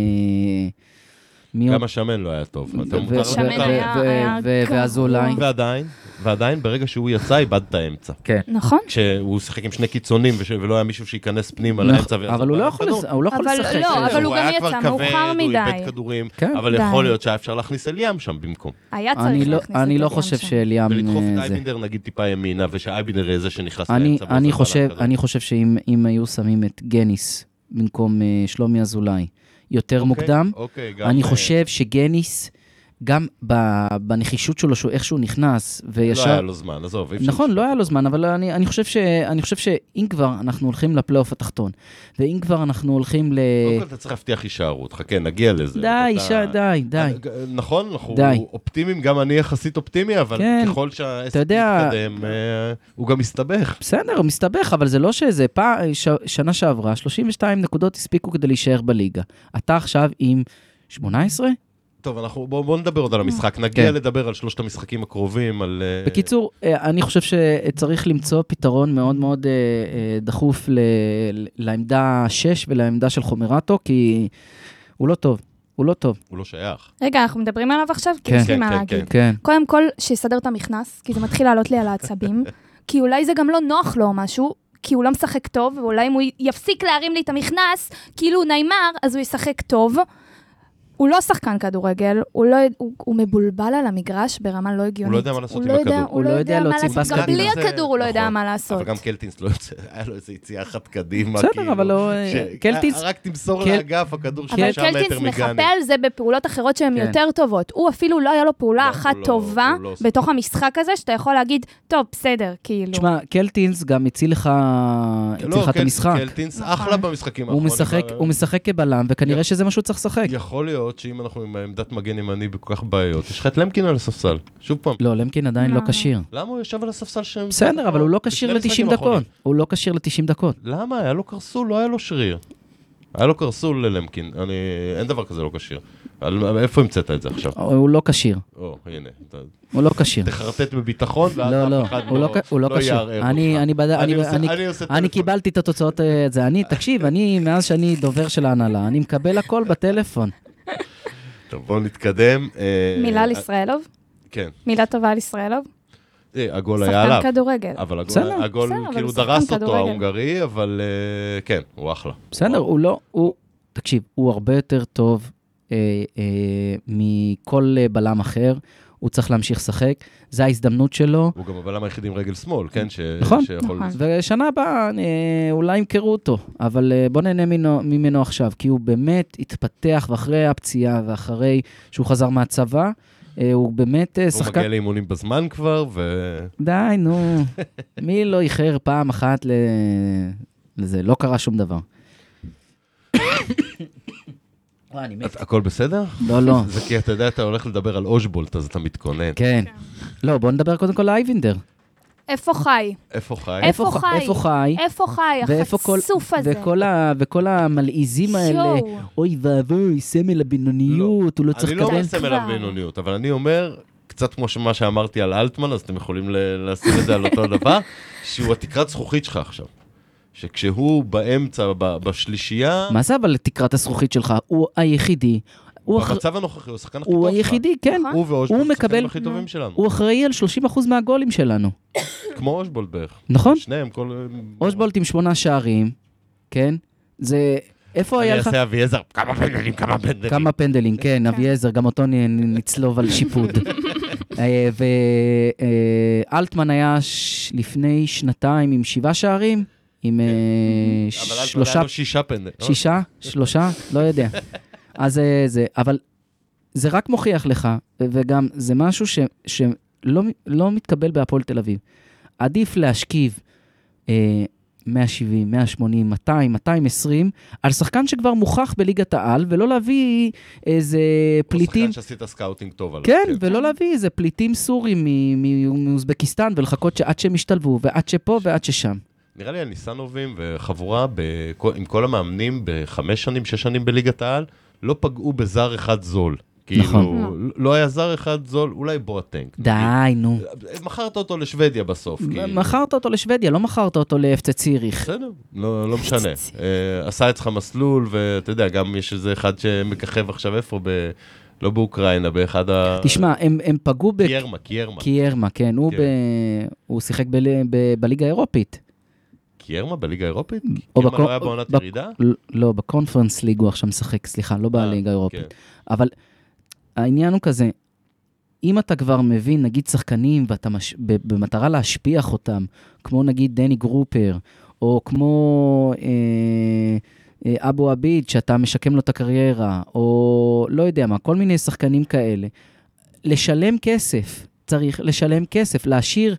[SPEAKER 2] מי עוד?
[SPEAKER 1] גם השמן לא היה טוב.
[SPEAKER 2] ו-
[SPEAKER 1] אתה
[SPEAKER 2] ו-
[SPEAKER 1] מותר-
[SPEAKER 3] השמן
[SPEAKER 1] מותר-
[SPEAKER 3] היה-
[SPEAKER 2] ו- ו-
[SPEAKER 3] גרוע.
[SPEAKER 2] ואזולאי.
[SPEAKER 1] ועדיין, ועדיין, ברגע שהוא יצא, איבד את האמצע.
[SPEAKER 3] נכון,
[SPEAKER 1] כשהוא שיחק עם שני קיצונים, וש- ולא היה מישהו שייכנס פנימה
[SPEAKER 2] נכון,
[SPEAKER 1] לאמצע. ויעזור
[SPEAKER 2] אבל הוא לא
[SPEAKER 1] בעל
[SPEAKER 2] יכול
[SPEAKER 1] הכדור.
[SPEAKER 2] לש- הוא לא יכול
[SPEAKER 3] אבל
[SPEAKER 2] לשחק.
[SPEAKER 3] לא,
[SPEAKER 2] אה,
[SPEAKER 3] אבל הוא גם
[SPEAKER 1] כן, היה
[SPEAKER 3] יצא
[SPEAKER 1] כבר
[SPEAKER 3] מאוחר
[SPEAKER 1] כבד, הוא איבד
[SPEAKER 3] מדי.
[SPEAKER 1] כדורים,
[SPEAKER 2] כן.
[SPEAKER 1] אבל
[SPEAKER 3] די.
[SPEAKER 1] יכול להיות שהיה אפשר להכניס אליאם שם במקום.
[SPEAKER 3] היה צריך
[SPEAKER 2] אני לא-
[SPEAKER 3] להכניס את
[SPEAKER 2] אני לא
[SPEAKER 3] אליאם
[SPEAKER 2] חושב
[SPEAKER 3] שם.
[SPEAKER 2] שאליאם...
[SPEAKER 1] ולדחוף את
[SPEAKER 2] אה, זה.
[SPEAKER 1] אייבינדר נגיד טיפה ימינה, ושאייבינדר יהיה זה שנכנס
[SPEAKER 2] אני,
[SPEAKER 1] לאמצע.
[SPEAKER 2] אני,
[SPEAKER 1] ועוזר
[SPEAKER 2] חושב,
[SPEAKER 1] בעל הכדור.
[SPEAKER 2] אני חושב שאם אם היו שמים את גניס במקום אה, שלומי אזולאי יותר okay.
[SPEAKER 1] אוקיי,
[SPEAKER 2] מוקדם,
[SPEAKER 1] אוקיי,
[SPEAKER 2] okay,
[SPEAKER 1] גם,
[SPEAKER 2] אני
[SPEAKER 1] אה,
[SPEAKER 2] חושב שגניס, גם ב, בנחישות שלו, שהוא, איך שהוא נכנס, וישר...
[SPEAKER 1] לא היה לו זמן, עזוב. אי אפשר
[SPEAKER 2] נכון, לא היה לו זמן, אבל אני, אני, חושב ש, אני חושב שאם כבר אנחנו הולכים לפלייאוף התחתון, ואם כבר אנחנו הולכים ל...
[SPEAKER 1] קודם כל אתה צריך להבטיח הישארות, חכה, נגיע לזה.
[SPEAKER 2] אה, די,
[SPEAKER 1] אתה-
[SPEAKER 2] שי, די, די.
[SPEAKER 1] נכון, אנחנו
[SPEAKER 2] די.
[SPEAKER 1] אופטימיים, גם אני יחסית אופטימי, אבל
[SPEAKER 2] כן.
[SPEAKER 1] ככל שהעסק
[SPEAKER 2] אתה יודע-
[SPEAKER 1] מתקדם, אה, הוא גם מסתבך.
[SPEAKER 2] בסדר, הוא מסתבך, אבל זה לא שזה. פע... ש... שנה שעברה, 32 נקודות הספיקו כדי להישאר בליגה. אתה עכשיו עם 18?
[SPEAKER 1] אה, טוב, אנחנו בואו בוא נדבר
[SPEAKER 2] אה,
[SPEAKER 1] עוד על המשחק,
[SPEAKER 2] כן.
[SPEAKER 1] נגיע לדבר על שלושת המשחקים הקרובים, על... אה,
[SPEAKER 2] בקיצור, אה, אני חושב שצריך למצוא פתרון מאוד מאוד אה, אה, דחוף ל- ל- לעמדה 6 ולעמדה של חומרטו, כי הוא לא טוב, הוא לא טוב.
[SPEAKER 1] הוא לא שייך.
[SPEAKER 3] רגע, אנחנו מדברים עליו עכשיו? כי
[SPEAKER 2] כן.
[SPEAKER 3] יש לי
[SPEAKER 1] כן,
[SPEAKER 3] מה
[SPEAKER 1] כן,
[SPEAKER 3] להגיד.
[SPEAKER 2] כן.
[SPEAKER 3] קודם כל, שיסדר את המכנס, כי זה מתחיל לעלות לי על העצבים. כי אולי זה גם לא נוח לו או משהו, כי הוא לא משחק טוב, ואולי אם הוא יפסיק להרים לי את המכנס, כאילו הוא נעימר, אז הוא ישחק טוב. הוא לא שחקן כדורגל, הוא, לא, הוא, הוא מבולבל על המגרש ברמה לא הגיונית.
[SPEAKER 1] הוא לא יודע מה לעשות עם
[SPEAKER 3] לא יודע-
[SPEAKER 1] הכדור.
[SPEAKER 2] הוא לא יודע
[SPEAKER 3] מה
[SPEAKER 2] להוציא
[SPEAKER 3] לעשות.
[SPEAKER 2] פס
[SPEAKER 3] גם בלי
[SPEAKER 1] קדימה.
[SPEAKER 3] הכדור הוא לא יודע
[SPEAKER 1] נכון.
[SPEAKER 3] מה לעשות.
[SPEAKER 1] אבל גם קלטינס לא יוצא, היה לו איזו יציאה אחת קדימה,
[SPEAKER 2] בסדר,
[SPEAKER 1] כאילו,
[SPEAKER 2] אבל לא... אה,
[SPEAKER 1] ש-
[SPEAKER 2] קלטינס,
[SPEAKER 1] רק תמסור
[SPEAKER 2] קל-
[SPEAKER 1] לאגף, הכדור
[SPEAKER 3] אבל
[SPEAKER 1] שלושה מטר
[SPEAKER 3] קלטינס מחפה
[SPEAKER 1] מגני.
[SPEAKER 3] על זה בפעולות אחרות שהן
[SPEAKER 2] כן.
[SPEAKER 3] יותר טובות. הוא אפילו לא היה לו
[SPEAKER 1] לא,
[SPEAKER 3] פעולה
[SPEAKER 1] הוא
[SPEAKER 3] אחת
[SPEAKER 1] לא-
[SPEAKER 3] טובה
[SPEAKER 1] הוא לא עושה.
[SPEAKER 3] בתוך המשחק הזה, שאתה יכול להגיד, טוב, בסדר, כאילו.
[SPEAKER 2] תשמע, קלטינס גם הציל לך הציל
[SPEAKER 1] לא,
[SPEAKER 2] לך את
[SPEAKER 1] קל-
[SPEAKER 2] המשחק.
[SPEAKER 1] קלטינס
[SPEAKER 3] נכון.
[SPEAKER 1] אחלה במשחקים
[SPEAKER 2] הוא
[SPEAKER 1] האחרונים.
[SPEAKER 2] משחק-
[SPEAKER 1] אבל-
[SPEAKER 2] הוא משחק כבלם, וכנראה
[SPEAKER 1] כן.
[SPEAKER 2] שזה מה שהוא צריך לשחק.
[SPEAKER 1] יכול להיות שאם אנחנו עם עמדת מגן ימני בכל כך בעיות, יש לך את למקין על הספסל. שוב פעם,
[SPEAKER 2] לא, למקין עדיין לא
[SPEAKER 3] לא.
[SPEAKER 2] כשיר.
[SPEAKER 1] למה הוא ישב על הספסל שם?
[SPEAKER 2] בסדר, אבל הוא לא כשיר
[SPEAKER 1] בשני משחקים
[SPEAKER 2] ל-90 דקות.
[SPEAKER 1] אחרונים.
[SPEAKER 2] הוא לא כשיר ל-90 דקות.
[SPEAKER 1] למה? היה לו קרסול, לא היה לו שריר. היה לו קרסול ללמקין, אני... אין דבר כזה לא כשיר. על- איפה המצאת את זה עכשיו?
[SPEAKER 2] הוא לא כשיר.
[SPEAKER 1] או, הנה. אתה-
[SPEAKER 2] הוא לא כשיר.
[SPEAKER 1] תחרטט בביטחון, ואז
[SPEAKER 2] לא, לא,
[SPEAKER 1] אף אחד
[SPEAKER 2] הוא לא כ- הוא לא
[SPEAKER 1] יערער
[SPEAKER 2] כשיר. אני-
[SPEAKER 1] אותך.
[SPEAKER 2] אני בד- אני-
[SPEAKER 1] עושה-
[SPEAKER 2] אני-
[SPEAKER 1] אני עושה
[SPEAKER 2] אני
[SPEAKER 1] טלפון.
[SPEAKER 2] קיבלתי את התוצאות אה, את זה. אני, תקשיב, אני, מאז שאני דובר של ההנהלה, אני מקבל הכל בטלפון.
[SPEAKER 1] טוב, בואו נתקדם. אה,
[SPEAKER 3] מילה
[SPEAKER 1] אה,
[SPEAKER 3] על ישראלוב?
[SPEAKER 1] כן.
[SPEAKER 3] מילה טובה על ישראלוב?
[SPEAKER 1] אה, הגול היה עליו.
[SPEAKER 3] שחקן כדורגל.
[SPEAKER 1] אבל הגול-
[SPEAKER 2] בסדר,
[SPEAKER 1] הגול
[SPEAKER 3] בסדר, אבל
[SPEAKER 1] כאילו
[SPEAKER 3] הוא שחקן
[SPEAKER 1] דרס אותו
[SPEAKER 3] כדורגל.
[SPEAKER 1] ההונגרי, אבל אה, כן, הוא אחלה.
[SPEAKER 2] בסדר, הוא לא, הוא, תקשיב, הוא הרבה יותר טוב אה, אה, מכל אה, בלם אחר. הוא צריך להמשיך לשחק, זו ההזדמנות שלו.
[SPEAKER 1] הוא גם הבלם היחיד עם רגל שמאל, כן? ש-
[SPEAKER 2] נכון.
[SPEAKER 1] שיכול...
[SPEAKER 3] נכון.
[SPEAKER 2] ושנה הבאה אה, אולי ימכרו אותו, אבל אה, בוא נהנה ממנו, ממנו עכשיו, כי הוא באמת התפתח, ואחרי הפציעה ואחרי שהוא חזר מהצבא, אה, הוא באמת אה,
[SPEAKER 1] הוא
[SPEAKER 2] שחקן...
[SPEAKER 1] לא מגיע לאימונים בזמן כבר, ו...
[SPEAKER 2] די, נו. מי לא איחר פעם אחת ל... לזה? לא קרה שום דבר. וואי, אני מת.
[SPEAKER 1] את- הכל בסדר?
[SPEAKER 2] לא, לא.
[SPEAKER 1] זה כי אתה יודע, אתה הולך לדבר על אושבולט, אז אתה מתכונן.
[SPEAKER 2] כן. לא, בוא נדבר קודם כל על אייבינדר.
[SPEAKER 3] איפה חי?
[SPEAKER 1] איפה חי?
[SPEAKER 3] איפה
[SPEAKER 2] ח-
[SPEAKER 3] חי?
[SPEAKER 2] איפה חי?
[SPEAKER 3] איפה חי?
[SPEAKER 2] ואיפה כל-
[SPEAKER 3] החצוף הזה.
[SPEAKER 2] וכל ה- וכל המלעיזים האלה,
[SPEAKER 3] יואו.
[SPEAKER 2] אוי ואבוי, סמל הבינוניות, הוא לא צריך
[SPEAKER 1] אני לא אומר
[SPEAKER 2] לקבל.
[SPEAKER 3] זה
[SPEAKER 1] סמל
[SPEAKER 3] כבר.
[SPEAKER 1] הבינוניות, אבל אני אומר, קצת כמו מה שאמרתי על אלטמן, אז אתם יכולים ל- לשים את זה על אותו דבר, שהוא התקרת זכוכית שלך עכשיו. שכשהוא באמצע, ב- בשלישייה,
[SPEAKER 2] מה זה אבל תקרת הזכוכית שלך? הוא היחידי. הוא אחר-
[SPEAKER 1] במצב הנוכחי הוא השחקן הכי טוב
[SPEAKER 2] הוא
[SPEAKER 1] שלנו.
[SPEAKER 2] היחידי, כן.
[SPEAKER 1] הוא
[SPEAKER 3] נכון.
[SPEAKER 2] הוא
[SPEAKER 1] ואושבולט השחקנים
[SPEAKER 2] מקבל-
[SPEAKER 1] הכי טובים שלנו.
[SPEAKER 2] הוא אחראי על 30% מהגולים שלנו.
[SPEAKER 1] כמו אושבולט בערך.
[SPEAKER 2] נכון.
[SPEAKER 1] שניהם, כל...
[SPEAKER 2] אושבולט עם שמונה שערים, כן? זה... איפה לא היה
[SPEAKER 1] אני
[SPEAKER 2] לך?
[SPEAKER 1] אעשה אביעזר, כמה פנדלים, כמה פנדלים.
[SPEAKER 2] כמה פנדלים, כן, אביעזר, גם אותו נ- נ- נצלוב על אה, שיפוט. ואלטמן אה, היה ש- לפני שנתיים עם שבעה שערים, עם אה,
[SPEAKER 1] כן. אבל אלטמן
[SPEAKER 2] שלושה,
[SPEAKER 1] היה לו שישה פנדלים. לא?
[SPEAKER 2] שישה, שלושה, לא יודע. אז אה, זה, אבל זה רק מוכיח לך, וגם זה משהו ש- שלא מ- לא מתקבל בהפועל תל אביב. עדיף להשכיב אה, 170, 180, 200, 220, על שחקן שכבר מוכח בליגת העל, ולא להביא איזה
[SPEAKER 1] הוא שחקן
[SPEAKER 2] פליטים...
[SPEAKER 1] שעשית סקאוטינג טוב עליו.
[SPEAKER 2] כן, ולא להביא איזה פליטים סורים מ- מ- מאוזבקיסטן, ולחכות שעד שהם ישתלבו, ועד שפה ועד ששם.
[SPEAKER 1] נראה לי הניסנובים וחבורה בכ- עם כל המאמנים בחמש שנים, שש שנים בליגת העל, לא פגעו בזר אחד זול. כאילו,
[SPEAKER 2] נכון.
[SPEAKER 1] לא היה זר אחד זול, אולי בואטנק.
[SPEAKER 2] די, נו.
[SPEAKER 1] נגיד. מכרת אותו לשוודיה בסוף, כאילו.
[SPEAKER 2] מכרת אותו לשוודיה, לא מכרת אותו לאפצה ציריך.
[SPEAKER 1] בסדר, לא, לא משנה. אה, עשה אצלך מסלול, ואתה יודע, גם יש איזה אחד שמככב עכשיו איפה, ב... לא באוקראינה, באחד ה...
[SPEAKER 2] תשמע, הם הם פגעו ב...
[SPEAKER 1] קיירמה, קיירמה.
[SPEAKER 2] קיירמה, כן, הוא
[SPEAKER 1] כן.
[SPEAKER 2] ב- הוא שיחק בל- ב- בליגה האירופית.
[SPEAKER 1] קיירמה בליגה האירופית?
[SPEAKER 2] או
[SPEAKER 1] קיירמה
[SPEAKER 2] בקו-
[SPEAKER 1] לא היה בעונת
[SPEAKER 2] בק-
[SPEAKER 1] ירידה?
[SPEAKER 2] ל- לא, בקונפרנס ליג הוא עכשיו משחק, סליחה, לא
[SPEAKER 1] אה,
[SPEAKER 2] בליגה האירופית.
[SPEAKER 1] כן.
[SPEAKER 2] אבל העניין הוא כזה, אם אתה כבר מבין, נגיד, שחקנים, ואתה מש... ב- במטרה להשפיח אותם, כמו נגיד דני גרופר, או כמו אה, אה, אבו עביד, שאתה משקם לו את הקריירה, או לא יודע מה, כל מיני שחקנים כאלה, לשלם כסף, צריך לשלם כסף, להשאיר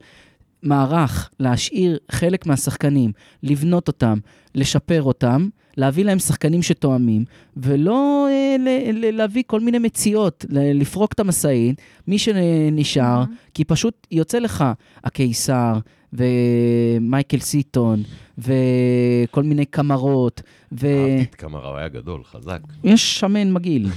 [SPEAKER 2] מערך, להשאיר חלק מהשחקנים, לבנות אותם, לשפר אותם, להביא להם שחקנים שתואמים, ולא אה, ל- ל- להביא כל מיני מציאות, ל- לפרוק את המשאית, מי שנשאר, כי פשוט יוצא לך הקיסר, ומייקל סיטון, וכל מיני קמרות,
[SPEAKER 1] אהבתי
[SPEAKER 2] ויש
[SPEAKER 1] את קמרה, הוא היה גדול, חזק.
[SPEAKER 2] שמן מגעיל.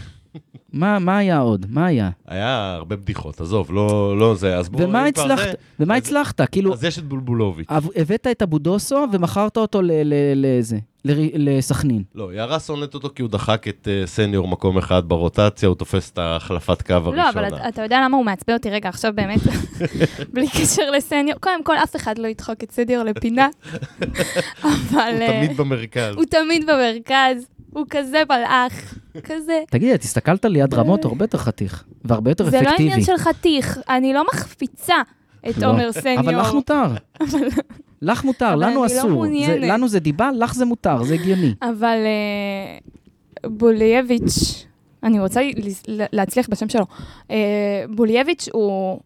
[SPEAKER 2] מה, מה היה עוד? מה היה?
[SPEAKER 1] היה הרבה בדיחות, עזוב, לא, לא זה, אז בואו...
[SPEAKER 2] ומה
[SPEAKER 1] אם כבר
[SPEAKER 2] הצלחת?
[SPEAKER 1] זה,
[SPEAKER 2] ומה
[SPEAKER 1] אז-
[SPEAKER 2] הצלחת? כאילו,
[SPEAKER 1] אז יש את בולבולוביץ'.
[SPEAKER 2] הב- הבאת את הבודוסו ומכרת אותו ל- ל- לזה, ל- לסכנין.
[SPEAKER 1] לא, יערה שונאת אותו כי הוא דחק את אה, סניור מקום אחד ברוטציה, הוא תופס את החלפת קו הראשונה.
[SPEAKER 3] לא, אבל אתה- אתה יודע למה הוא מעצבן אותי? רגע, עכשיו באמת, בלי קשר לסניור. קודם כל, אף אחד לא ידחוק את סניור לפינה, אבל...
[SPEAKER 1] הוא
[SPEAKER 3] אה,
[SPEAKER 1] תמיד במרכז.
[SPEAKER 3] הוא תמיד במרכז, הוא כזה בלעך, כזה.
[SPEAKER 2] תגיד, את הסתכלת על ליד רמות, הוא הרבה יותר חתיך, והרבה יותר
[SPEAKER 3] זה לא עניין
[SPEAKER 2] אפקטיבי.
[SPEAKER 3] של חתיך, אני לא מחפיצה את
[SPEAKER 2] לא.
[SPEAKER 3] עומר סניור.
[SPEAKER 2] אבל לך מותר. לך מותר,
[SPEAKER 3] אבל
[SPEAKER 2] לנו
[SPEAKER 3] אני לא
[SPEAKER 2] אסור. זה-
[SPEAKER 3] מעוניינת.
[SPEAKER 2] לנו זה דיבה, לך זה מותר, זה הגיוני.
[SPEAKER 3] אבל אה, בולייביץ', אני רוצה ל- ל- להצליח בשם שלו. אה, בולייביץ' הוא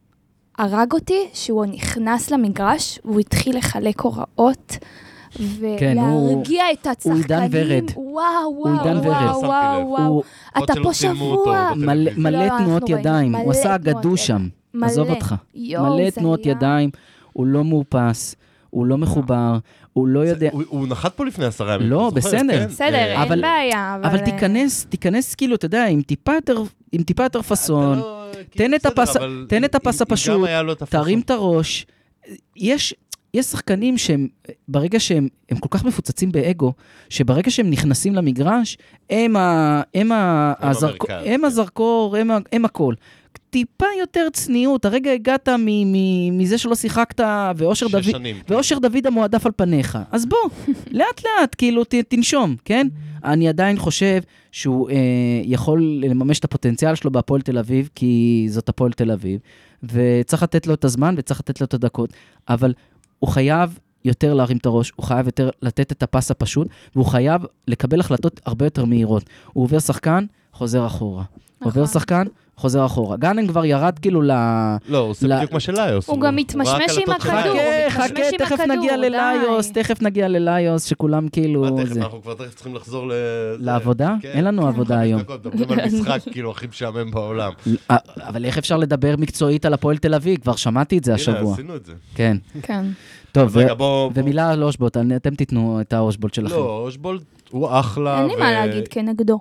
[SPEAKER 3] הרג אותי שהוא נכנס למגרש, הוא התחיל לחלק הוראות.
[SPEAKER 2] כן, הוא-
[SPEAKER 3] ולהרגיע את
[SPEAKER 2] הוא
[SPEAKER 3] השחקנים,
[SPEAKER 2] עידן ורד.
[SPEAKER 3] וואו, וואו,
[SPEAKER 2] עידן
[SPEAKER 3] וואו,
[SPEAKER 2] ורד.
[SPEAKER 3] וואו, וואו,
[SPEAKER 2] הוא
[SPEAKER 1] עוד
[SPEAKER 3] אתה
[SPEAKER 1] שלא
[SPEAKER 3] פה
[SPEAKER 1] צילמו אותו,
[SPEAKER 3] שבוע.
[SPEAKER 1] בטלוויזיה.
[SPEAKER 2] מלא
[SPEAKER 3] לא,
[SPEAKER 2] מלא
[SPEAKER 3] אנחנו
[SPEAKER 2] תנועות
[SPEAKER 3] ראינו,
[SPEAKER 2] ידיים, הוא
[SPEAKER 3] מלא
[SPEAKER 2] עשה אגדו
[SPEAKER 3] תנועות
[SPEAKER 2] שם.
[SPEAKER 3] מלא.
[SPEAKER 2] עזוב אותך.
[SPEAKER 3] יואו,
[SPEAKER 2] מלא
[SPEAKER 3] זה
[SPEAKER 2] תנועות
[SPEAKER 3] היה-
[SPEAKER 2] ידיים, הוא לא מאופס, הוא לא מחובר, הוא לא
[SPEAKER 1] זה-
[SPEAKER 2] יודע.
[SPEAKER 1] הוא- הוא נחת פה לפני עשרה ימים.
[SPEAKER 2] לא,
[SPEAKER 1] אתה זוכר?
[SPEAKER 2] בסדר.
[SPEAKER 1] כן.
[SPEAKER 3] בסדר,
[SPEAKER 1] אה,
[SPEAKER 2] אבל-
[SPEAKER 3] אין בעיה, אבל...
[SPEAKER 2] אבל
[SPEAKER 3] אה,
[SPEAKER 2] תיכנס, תיכנס כאילו, אתה יודע, עם טיפה יותר- עם טיפה יותר פאסון.
[SPEAKER 1] אתה לא-
[SPEAKER 2] תן את
[SPEAKER 1] בסדר,
[SPEAKER 2] הפס-
[SPEAKER 1] אבל
[SPEAKER 2] תן את
[SPEAKER 1] אם-
[SPEAKER 2] הפס
[SPEAKER 1] אם גם
[SPEAKER 2] הפשוט,
[SPEAKER 1] היה לו את הפס-
[SPEAKER 2] תרים את הראש. יש, יש שחקנים שהם, ברגע שהם הם כל כך מפוצצים באגו, שברגע שהם נכנסים למגרש, הם, ה, הם, ה,
[SPEAKER 1] הם
[SPEAKER 2] הזרקו,
[SPEAKER 1] המרכז,
[SPEAKER 2] הם
[SPEAKER 1] כן.
[SPEAKER 2] הזרקור, הם, ה- הם הכל. טיפה יותר צניעות, הרגע הגעת מ, מ, מזה שלא שיחקת, ואושר
[SPEAKER 1] שש
[SPEAKER 2] דוד...
[SPEAKER 1] שנים, כן.
[SPEAKER 2] ואושר דוד המועדף על פניך. אז בוא, לאט לאט, כאילו, ת, תנשום, כן? אני עדיין חושב שהוא אה, יכול לממש את הפוטנציאל שלו בהפועל תל אביב, כי זאת הפועל תל אביב, וצריך לתת לו את הזמן וצריך לתת לו את הדקות, אבל הוא חייב יותר להרים את הראש, הוא חייב יותר לתת את הפס הפשוט, והוא חייב לקבל החלטות הרבה יותר מהירות. הוא עובר שחקן, חוזר אחורה.
[SPEAKER 3] נכון.
[SPEAKER 2] עובר שחקן, חוזר אחורה. גאנן כבר ירד כאילו ל...
[SPEAKER 1] לא, הוא עושה
[SPEAKER 2] לא.
[SPEAKER 1] בדיוק מה שליוס.
[SPEAKER 3] הוא גם
[SPEAKER 1] רק
[SPEAKER 3] מתמשמש עם
[SPEAKER 1] הקלטות של
[SPEAKER 3] הכדור.
[SPEAKER 1] ליוס.
[SPEAKER 2] חכה,
[SPEAKER 3] הוא
[SPEAKER 2] חכה,
[SPEAKER 3] מתמשמש עם
[SPEAKER 2] תכף
[SPEAKER 3] הכדור,
[SPEAKER 2] נגיע לליוס,
[SPEAKER 3] די.
[SPEAKER 2] תכף נגיע לליוס, שכולם כאילו...
[SPEAKER 1] מה תכף,
[SPEAKER 2] זה.
[SPEAKER 1] אנחנו כבר תכף צריכים לחזור ל...
[SPEAKER 2] לעבודה?
[SPEAKER 1] כן.
[SPEAKER 2] אין לנו
[SPEAKER 3] כן.
[SPEAKER 2] עבודה היום.
[SPEAKER 1] דקות, מדברים על משחק כאילו הכי משעמם בעולם.
[SPEAKER 2] אה, אבל איך אפשר לדבר מקצועית על הפועל תל אביב? כבר שמעתי את זה
[SPEAKER 1] הנה,
[SPEAKER 2] השבוע.
[SPEAKER 1] עשינו את זה.
[SPEAKER 2] כן.
[SPEAKER 3] כן.
[SPEAKER 2] טוב,
[SPEAKER 1] אז
[SPEAKER 2] ו-
[SPEAKER 1] רגע, בוא... בוא-
[SPEAKER 2] ומילה על אושבולט, אני- אתם תיתנו את האושבולט שלכם.
[SPEAKER 1] לא, אושבולד הוא אחלה.
[SPEAKER 3] אין לי
[SPEAKER 1] אה, ו-
[SPEAKER 3] מה להגיד כנגדו.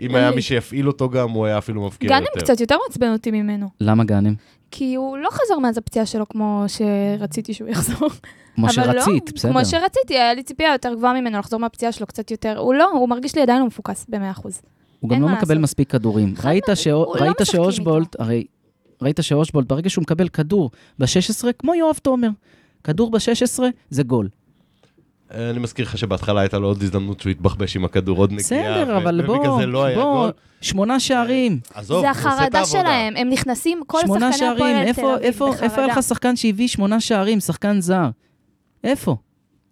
[SPEAKER 1] אם היה
[SPEAKER 3] אין לי.
[SPEAKER 1] מי שיפעיל אותו גם, הוא היה אפילו מפקיר כן, יותר.
[SPEAKER 3] גאנם קצת יותר מעצבן אותי ממנו,
[SPEAKER 2] למה גאנם?
[SPEAKER 3] כי הוא לא חזר מאז הפציעה שלו כמו שרציתי שהוא יחזור.
[SPEAKER 2] כמו
[SPEAKER 3] אבל
[SPEAKER 2] שרצית,
[SPEAKER 3] לא,
[SPEAKER 2] בסדר.
[SPEAKER 3] כמו שרציתי, היה לי ציפייה יותר גבוהה ממנו לחזור מהפציעה שלו קצת יותר. הוא לא, הוא מרגיש לי עדיין לא מפוקס ב-100%.
[SPEAKER 2] הוא גם
[SPEAKER 3] אין
[SPEAKER 2] לא
[SPEAKER 3] מה
[SPEAKER 2] מקבל
[SPEAKER 3] לעשות.
[SPEAKER 2] מספיק כדורים. ראית שאו-
[SPEAKER 3] לא
[SPEAKER 2] ראית
[SPEAKER 3] משחקים
[SPEAKER 2] שאושבולט, הרי ראית שאושבולט, ברגע שהוא מקבל כדור ב-16, כמו יואב תומר, כדור ב-16 זה גול.
[SPEAKER 1] אה, אני מזכיר לך שבהתחלה הייתה לו עוד הזדמנות שהוא התבחבש עם הכדור, עוד נגיעה.
[SPEAKER 2] בסדר,
[SPEAKER 1] ו-
[SPEAKER 2] אבל בוא,
[SPEAKER 1] ובגלל זה לא היה
[SPEAKER 2] בוא,
[SPEAKER 1] גול.
[SPEAKER 2] שמונה שערים.
[SPEAKER 1] עזוב,
[SPEAKER 3] זה
[SPEAKER 1] הוא עושה את
[SPEAKER 3] החרדה
[SPEAKER 1] העבודה.
[SPEAKER 3] שלהם, הם נכנסים, כל
[SPEAKER 2] שמונה
[SPEAKER 3] שחקני הפועל
[SPEAKER 2] שערים,
[SPEAKER 3] תל
[SPEAKER 2] איפה,
[SPEAKER 3] אביב
[SPEAKER 2] איפה, איפה היה
[SPEAKER 3] בחרדה.
[SPEAKER 2] לך שחקן שהביא שמונה שערים, שחקן זר? איפה?